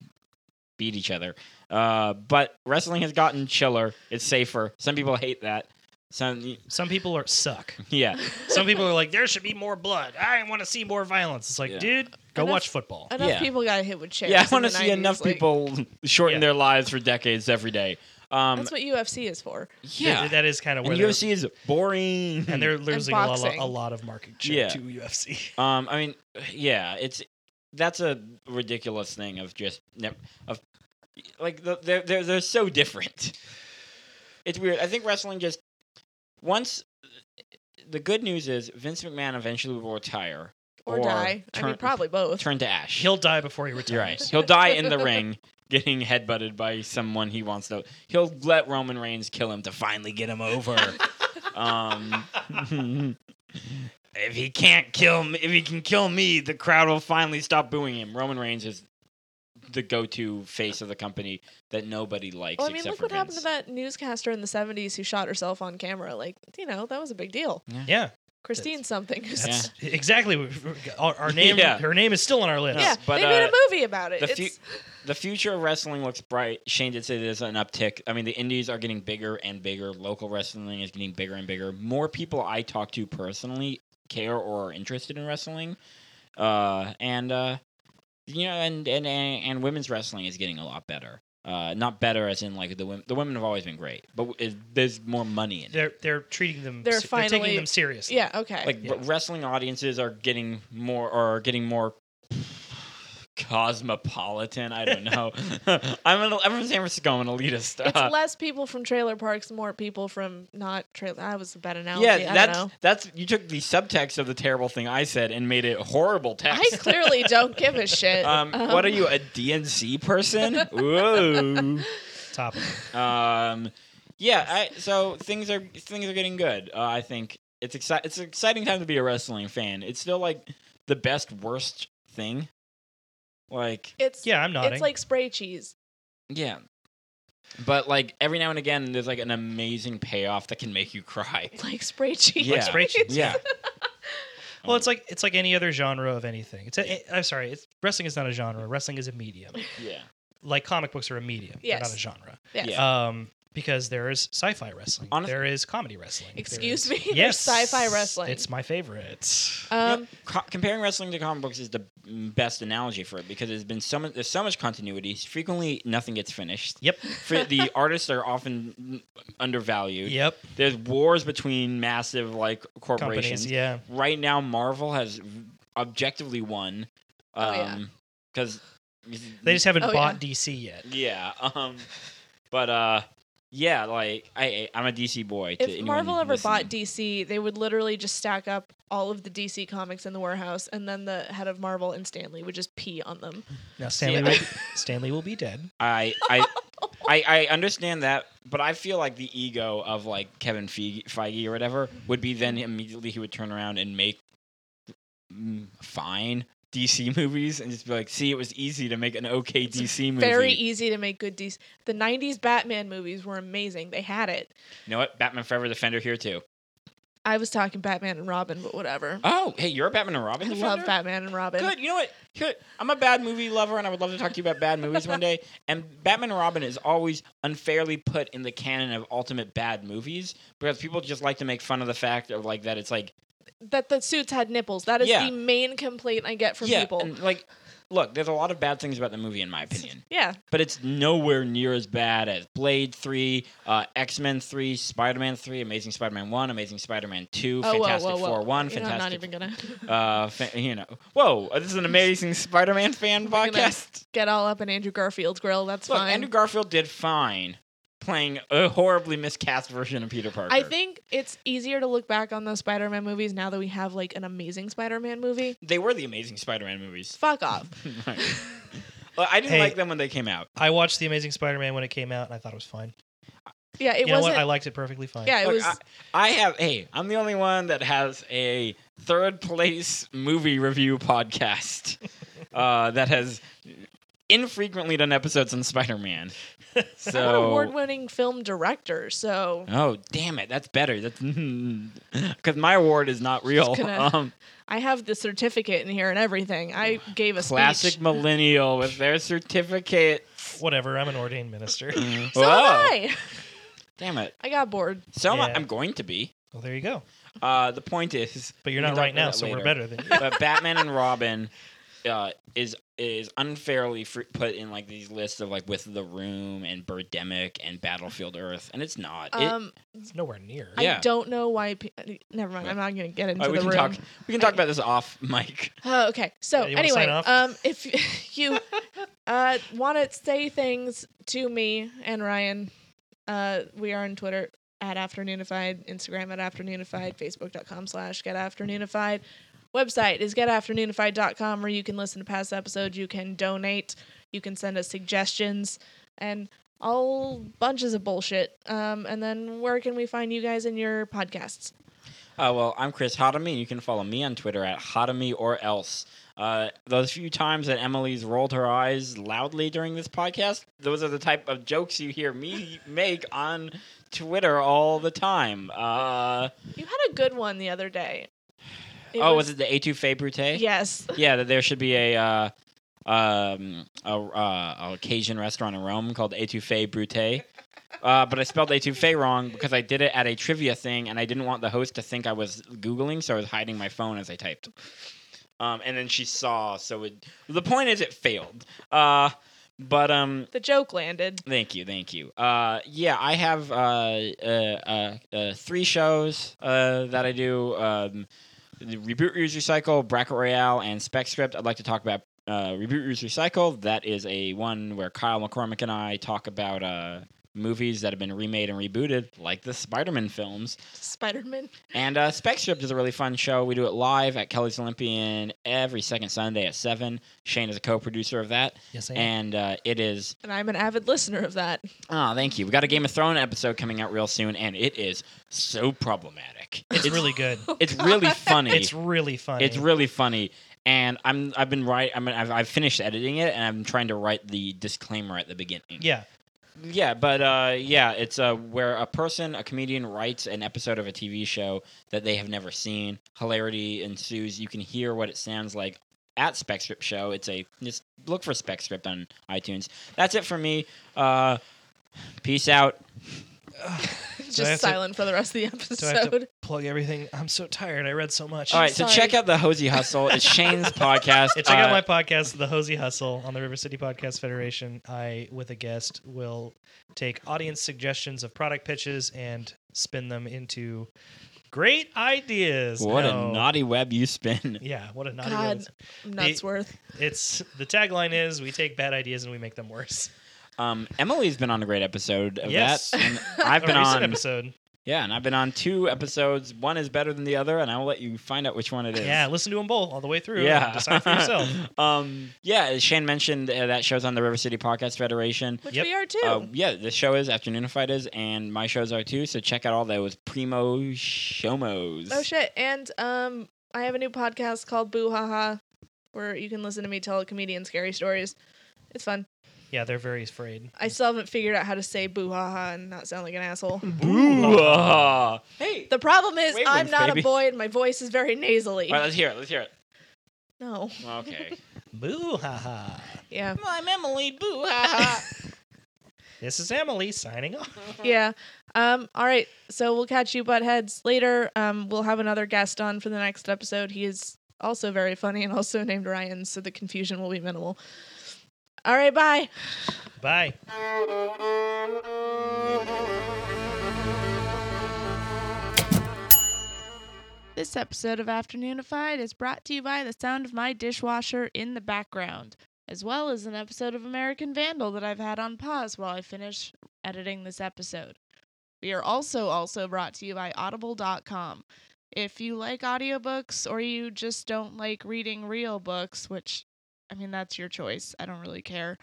S2: beat each other. Uh, but wrestling has gotten chiller. It's safer. Some people hate that. Some,
S1: Some people are suck.
S2: yeah.
S1: Some people are like, there should be more blood. I want to see more violence. It's like,
S2: Yeah.
S1: dude, go
S3: And
S1: watch
S3: that's-
S1: football.
S3: enough
S2: Yeah.
S3: people got hit with chairs.
S2: Yeah, I
S3: want to
S2: see enough people shorten
S1: Yeah.
S2: their lives for decades every day. Um,
S3: That's what UFC is for.
S2: yeah,
S1: That- that is kind of
S2: and
S1: where they're,
S2: UFC is boring.
S1: and they're losing a lot,
S3: boxing.
S1: a lot of market share
S2: Yeah.
S1: to UFC.
S2: um, I mean, yeah, it's that's a ridiculous thing of just nev- of like the, they're they're they're so different. It's weird. I think wrestling just once. The good news is Vince McMahon eventually will retire,
S3: Or,
S2: Or
S3: die. I mean,
S2: turn-
S3: probably both.
S2: turn to ash.
S1: He'll die before he
S2: You're
S1: retires.
S2: right. He'll die in the ring, getting headbutted by someone he wants to. He'll let Roman Reigns kill him to finally get him over. um, if he can't kill me, if he can kill me, the crowd will finally stop booing him. Roman Reigns is the go-to face of the company that nobody likes.
S3: Well, I mean,
S2: except
S3: look
S2: for
S3: what happened
S2: Vince.
S3: to that newscaster in the 70s who shot herself on camera. Like, you know, that was a big deal.
S1: Yeah,
S3: Christine something. Yeah,
S1: that's exactly. what- Our, our name,
S2: Yeah.
S1: her name is still on our list.
S2: Yeah. but,
S3: they made
S2: uh,
S3: a movie about it.
S2: the
S3: It's,
S2: The future of wrestling looks bright. Shane did say there's an uptick. I mean, the indies are getting bigger and bigger. Local wrestling is getting bigger and bigger. More people I talk to personally care or are interested in wrestling, uh, and uh, you know, and, and and and women's wrestling is getting a lot better. Uh, not better as in like the women. The women have always been great, but it, there's more money in it.
S1: They're they're treating them.
S3: They're
S1: They're, taking
S3: finally-
S1: them seriously.
S3: yeah, okay.
S2: Like
S1: Yeah.
S2: wrestling audiences are getting more are getting more cosmopolitan. I don't know. I'm an, I'm from San Francisco. I'm an elitist.
S3: it's
S2: Uh,
S3: less people from trailer parks, more people from not trailer. I was a bad analogy. I
S2: Yeah,
S3: don't
S2: that's
S3: know.
S2: that's you took the subtext of the terrible thing I said and made it horrible
S3: I
S2: text.
S3: clearly don't give a shit.
S2: um,
S3: Um,
S2: what are you, a DNC person? Whoa.
S1: Top. of it.
S2: Um, yeah. I, so things are things are getting good. Uh, I think it's exci- It's an exciting time to be a wrestling fan. It's still like the best worst thing. Like
S3: It's
S1: Yeah, I'm nodding.
S3: it's like spray cheese.
S2: yeah. But like every now and again, there's like an amazing payoff that can make you cry.
S3: Like spray cheese.
S2: Yeah. Like
S1: spray cheese.
S2: Yeah,
S1: well, it's like it's like any other genre of anything. It's a, I'm sorry. It's, wrestling is not a genre. Wrestling is a medium.
S2: yeah,
S1: Like comic books are a medium. They're
S3: Yes.
S1: not a genre.
S3: Yes.
S2: Yeah.
S1: Um, because there is sci-fi wrestling.
S2: Honest-
S1: there is comedy wrestling. there
S3: Excuse
S1: is-
S3: me? There's
S1: Yes.
S3: sci-fi wrestling.
S1: It's my favorite.
S3: Um,
S2: Yep. Co- comparing wrestling to comic books is the best analogy for it because there's been so much, there's so much continuity. Frequently, nothing gets finished.
S1: Yep.
S2: For the artists are often undervalued.
S1: Yep.
S2: There's wars between massive like corporations.
S1: Companies. Yeah.
S2: Right now, Marvel has objectively won. um,
S3: Oh, yeah.
S2: Because
S1: They just haven't
S3: Oh,
S1: bought DC yet.
S2: yeah. Um, but uh, yeah, like I I'm a DC boy. to
S3: if
S2: anyone
S3: Marvel ever
S2: listening.
S3: bought DC, they would literally just stack up all of the DC comics in the warehouse, and then the head of Marvel and Stanley would just pee on them.
S1: Now Stanley
S2: I-
S1: will be, Stanley will be dead.
S2: I I I, I understand that, but I feel like the ego of like Kevin Feige, Feige or whatever would be then immediately he would turn around and make mm, fine DC movies and just be like, see, it was easy to make an okay DC movie.
S3: Very e easy to make good DC. The 90s Batman movies were amazing. They had it.
S2: you know what? Batman Forever Defender here too.
S3: I was talking Batman and Robin, but whatever.
S2: Oh, hey, you're a Batman and Robin.
S3: I
S2: defender?
S3: love Batman and Robin.
S2: Good. You know what? Good. I'm a bad movie lover, and I would love to talk to you about bad movies one day. And Batman and Robin is always unfairly put in the canon of ultimate bad movies because people just like to make fun of the fact of like that it's like
S3: That the suits had nipples. That is
S2: Yeah.
S3: the main complaint I get from
S2: yeah,
S3: people.
S2: and, like look, there's a lot of bad things about the movie in my opinion,
S3: yeah.
S2: but it's nowhere near as bad as Blade Three, uh, X Men Three, Spider Man Three, Amazing Spider Man One, Amazing Spider Man Two,
S3: Oh, whoa,
S2: Fantastic
S3: whoa, whoa.
S2: Four One,
S3: You know,
S2: Fantastic.
S3: I'm not even gonna
S2: uh, fa- you know, whoa! This is an amazing Spider-Man fan
S3: gonna-
S2: podcast.
S3: get all up in Andrew Garfield's grill. That's
S2: Look,
S3: fine.
S2: Andrew Garfield did fine playing a horribly miscast version of Peter Parker.
S3: I think it's easier to look back on those Spider-Man movies now that we have like an amazing Spider-Man movie.
S2: they were the amazing Spider-Man movies.
S3: Fuck off.
S2: Right. Well, I didn't
S1: Hey.
S2: like them when they came out.
S1: I watched The Amazing Spider-Man when it came out, and I thought it was fine.
S3: Yeah, it
S1: you know
S3: wasn't.
S1: what? I liked it perfectly fine.
S3: yeah, it
S2: Look,
S3: was.
S2: I, I have. Hey, I'm the only one that has a third place movie review podcast uh, that has infrequently done episodes on Spider-Man. So.
S3: I'm an award-winning film director, so
S2: Oh damn it! That's better. That's because my award is not real.
S3: gonna-
S2: um,
S3: I have the certificate in here and everything. I gave a
S2: classic
S3: speech.
S2: millennial with their certificate.
S1: Whatever. I'm an ordained minister.
S2: Mm-hmm.
S3: So am I.
S2: Damn it.
S3: I got bored.
S2: So am I-
S1: Yeah.
S2: I'm going to be.
S1: well, there you go.
S2: Uh, the point is,
S1: But you're
S2: we can
S1: not
S2: talk
S1: right
S2: about
S1: now,
S2: that
S1: so we're
S2: later.
S1: better than you.
S2: but Batman and Robin uh, is is unfairly fr- put in like these lists of like with the Room and Birdemic and Battlefield Earth, and it's not. It-
S3: Um,
S1: It's nowhere near.
S2: I- yeah.
S3: I don't know why. Pe- uh, Never mind. I'm not going to get into
S2: uh, we
S3: the
S2: can
S3: room.
S2: talk. We can talk about this off mic.
S3: Oh, okay. So
S1: Yeah, you wanna
S3: anyway,
S1: sign off?
S3: um, if you uh want to say things to me and Ryan, uh, we are on Twitter at Afternoonified, Instagram at Afternoonified, Facebook.com slash Get Afternoonified. Website is getafternoonified.com where you can listen to past episodes, you can donate, you can send us suggestions, and all bunches of bullshit. Um, and then where can we find you guys in your podcasts?
S2: Uh, well, I'm Chris Hotamy, and you can follow me on Twitter at Hotamy or else. Uh, those few times that Emily's rolled her eyes loudly during this podcast, those are the type of jokes you hear me make on Twitter all the time. Uh,
S3: You had a good one the other day.
S2: oh, was, it the A2 Fabrute?
S3: Yes.
S2: Yeah, that there should be a. Uh, um, a, uh, a Cajun restaurant in Rome called Etouffee Brute. Uh, but I spelled Etouffee wrong because I did it at a trivia thing and I didn't want the host to think I was Googling, so I was hiding my phone as I typed. Um, and then she saw, so it, the point is it failed. Uh, but um,
S3: The joke landed.
S2: Thank you, thank you. Uh, yeah, I have uh, uh, uh, uh, three shows uh, that I do: um, the Reboot, Use, Recycle, Bracket Royale, and Spec Script. I'd like to talk about uh, Reboot, Use, Recycle. That is a one where Kyle McCormick and I talk about uh, movies that have been remade and rebooted, like the Spider-Man films.
S3: Spider Man.
S2: And uh, Spec Script is a really fun show. We do it live at Kelly's Olympian every second Sunday at seven. Shane is a co-producer of that,
S1: Yes, I am.
S2: and uh, it is
S3: And I'm an avid listener of that.
S2: Ah, thank you. We got a Game of Thrones episode coming out real soon, and it is so problematic.
S1: It's, really good.
S2: It's really funny.
S1: It's really funny.
S2: It's really funny. And I'm I've been right. I mean I've, I've finished editing it, and I'm trying to write the disclaimer at the beginning.
S1: yeah.
S2: Yeah, but uh, yeah, it's uh, where a person, a comedian, writes an episode of a TV show that they have never seen. Hilarity ensues. You can hear what it sounds like at Spec Script Show. It's a just look for Spec Script on iTunes. That's it for me. Uh, peace out.
S1: Do I have
S3: Just
S1: to-
S3: silent for the rest of
S1: Do
S3: the
S1: I have to
S3: episode.
S1: plug everything? I'm so tired. I read so much.
S2: All right, so
S3: Sorry.
S2: check out the Hosey Hustle. It's Shane's podcast.
S1: So check out
S2: Uh,
S1: my podcast, The Hosey Hustle, on the River City Podcast Federation. I, with a guest, will take audience suggestions of product pitches and spin them into great ideas.
S2: What
S1: No.
S2: a naughty web you spin.
S1: Yeah, what a naughty.
S3: God.
S1: word.
S3: Nutsworth.
S1: It's the tagline is we take bad ideas and we make them worse.
S2: Um, Emily's been on a great episode of
S1: Yes.
S2: that. And I've
S1: A
S2: been
S1: recent
S2: on.
S1: episode.
S2: Yeah, and I've been on two episodes. One is better than the other, and I will let you find out which one it is.
S1: Yeah, listen to them both all the way through.
S2: Yeah.
S1: and decide for yourself.
S2: um, yeah, as Shane mentioned uh, that show's on the River City Podcast Federation.
S3: Which
S1: Yep.
S3: we are too.
S2: Uh, yeah, the show is Afternoon of Fighters, and my shows are too. So check out all those primo shomos.
S3: oh shit! And um, I have a new podcast called Boo Ha Ha, where you can listen to me tell a comedian scary stories. It's fun.
S1: Yeah, they're very afraid.
S3: I still haven't figured out how to say boo ha ha and not sound like an asshole.
S2: Boo-ah. Hey.
S3: The problem is
S2: Wait
S3: I'm
S2: one,
S3: not
S2: baby.
S3: a boy and my voice is very nasally.
S2: all right, let's hear it. Let's hear it.
S3: no.
S2: Okay.
S1: Boo ha ha.
S3: Yeah.
S2: I'm Emily. Boo ha
S1: This is Emily signing off.
S3: Yeah. Um, all right. So we'll catch you butt heads later. Um, we'll have another guest on for the next episode. He is also very funny and also named Ryan, so the confusion will be minimal. All right, bye.
S1: Bye.
S3: This episode of Afternoonified is brought to you by the sound of my dishwasher in the background, as well as an episode of American Vandal that I've had on pause while I finish editing this episode. We are also also brought to you by audible.com. If you like audiobooks or you just don't like reading real books, which I mean that's your choice. I don't really care.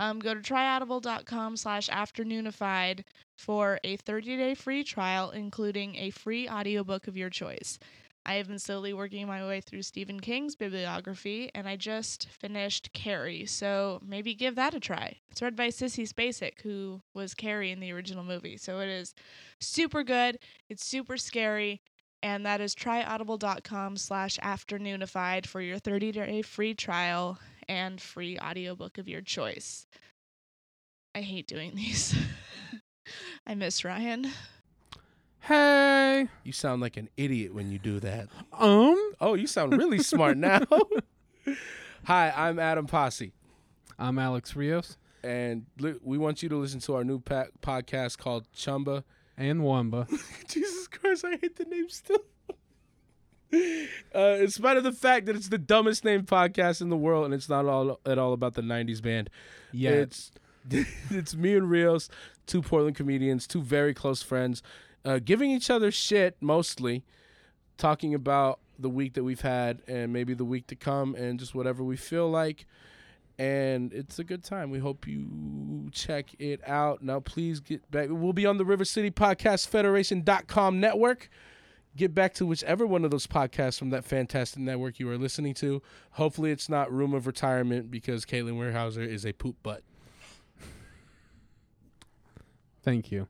S3: Um, go to tryaudible.com slash afternoonified for a 30-day free trial, including a free audiobook of your choice. I have been slowly working my way through Stephen King's bibliography, and I just finished Carrie, so maybe give that a try. It's read by Sissy Spacek, who was Carrie in the original movie, so it is super good. It's super scary, and that is tryaudible.com slash afternoonified for your 30-day free trial and free audiobook of your choice. I hate doing these. I miss Ryan.
S4: Hey.
S5: You sound like an idiot when you do that.
S4: Um,
S5: Oh, you sound really smart now. Hi, I'm Adam Posse,
S4: I'm Alex Rios
S5: and li- we want you to listen to our new pa- podcast called Chumba.
S4: and Wamba.
S5: Jesus Christ, I hate the name still. Uh, in spite of the fact that it's the dumbest named podcast in the world, and it's not all at all about the '90s band.
S4: Yeah.
S5: It's it's me and Rios, two Portland comedians, two very close friends, uh, giving each other shit mostly, talking about the week that we've had and maybe the week to come and just whatever we feel like. And it's a good time. We hope you check it out. Now, please get back. We'll be on the River City Podcast Federation.com network. Get back to whichever one of those podcasts from that fantastic network you are listening to. Hopefully, it's not Room of Retirement because Caitlin Weyerhaeuser is a poop butt.
S4: Thank you.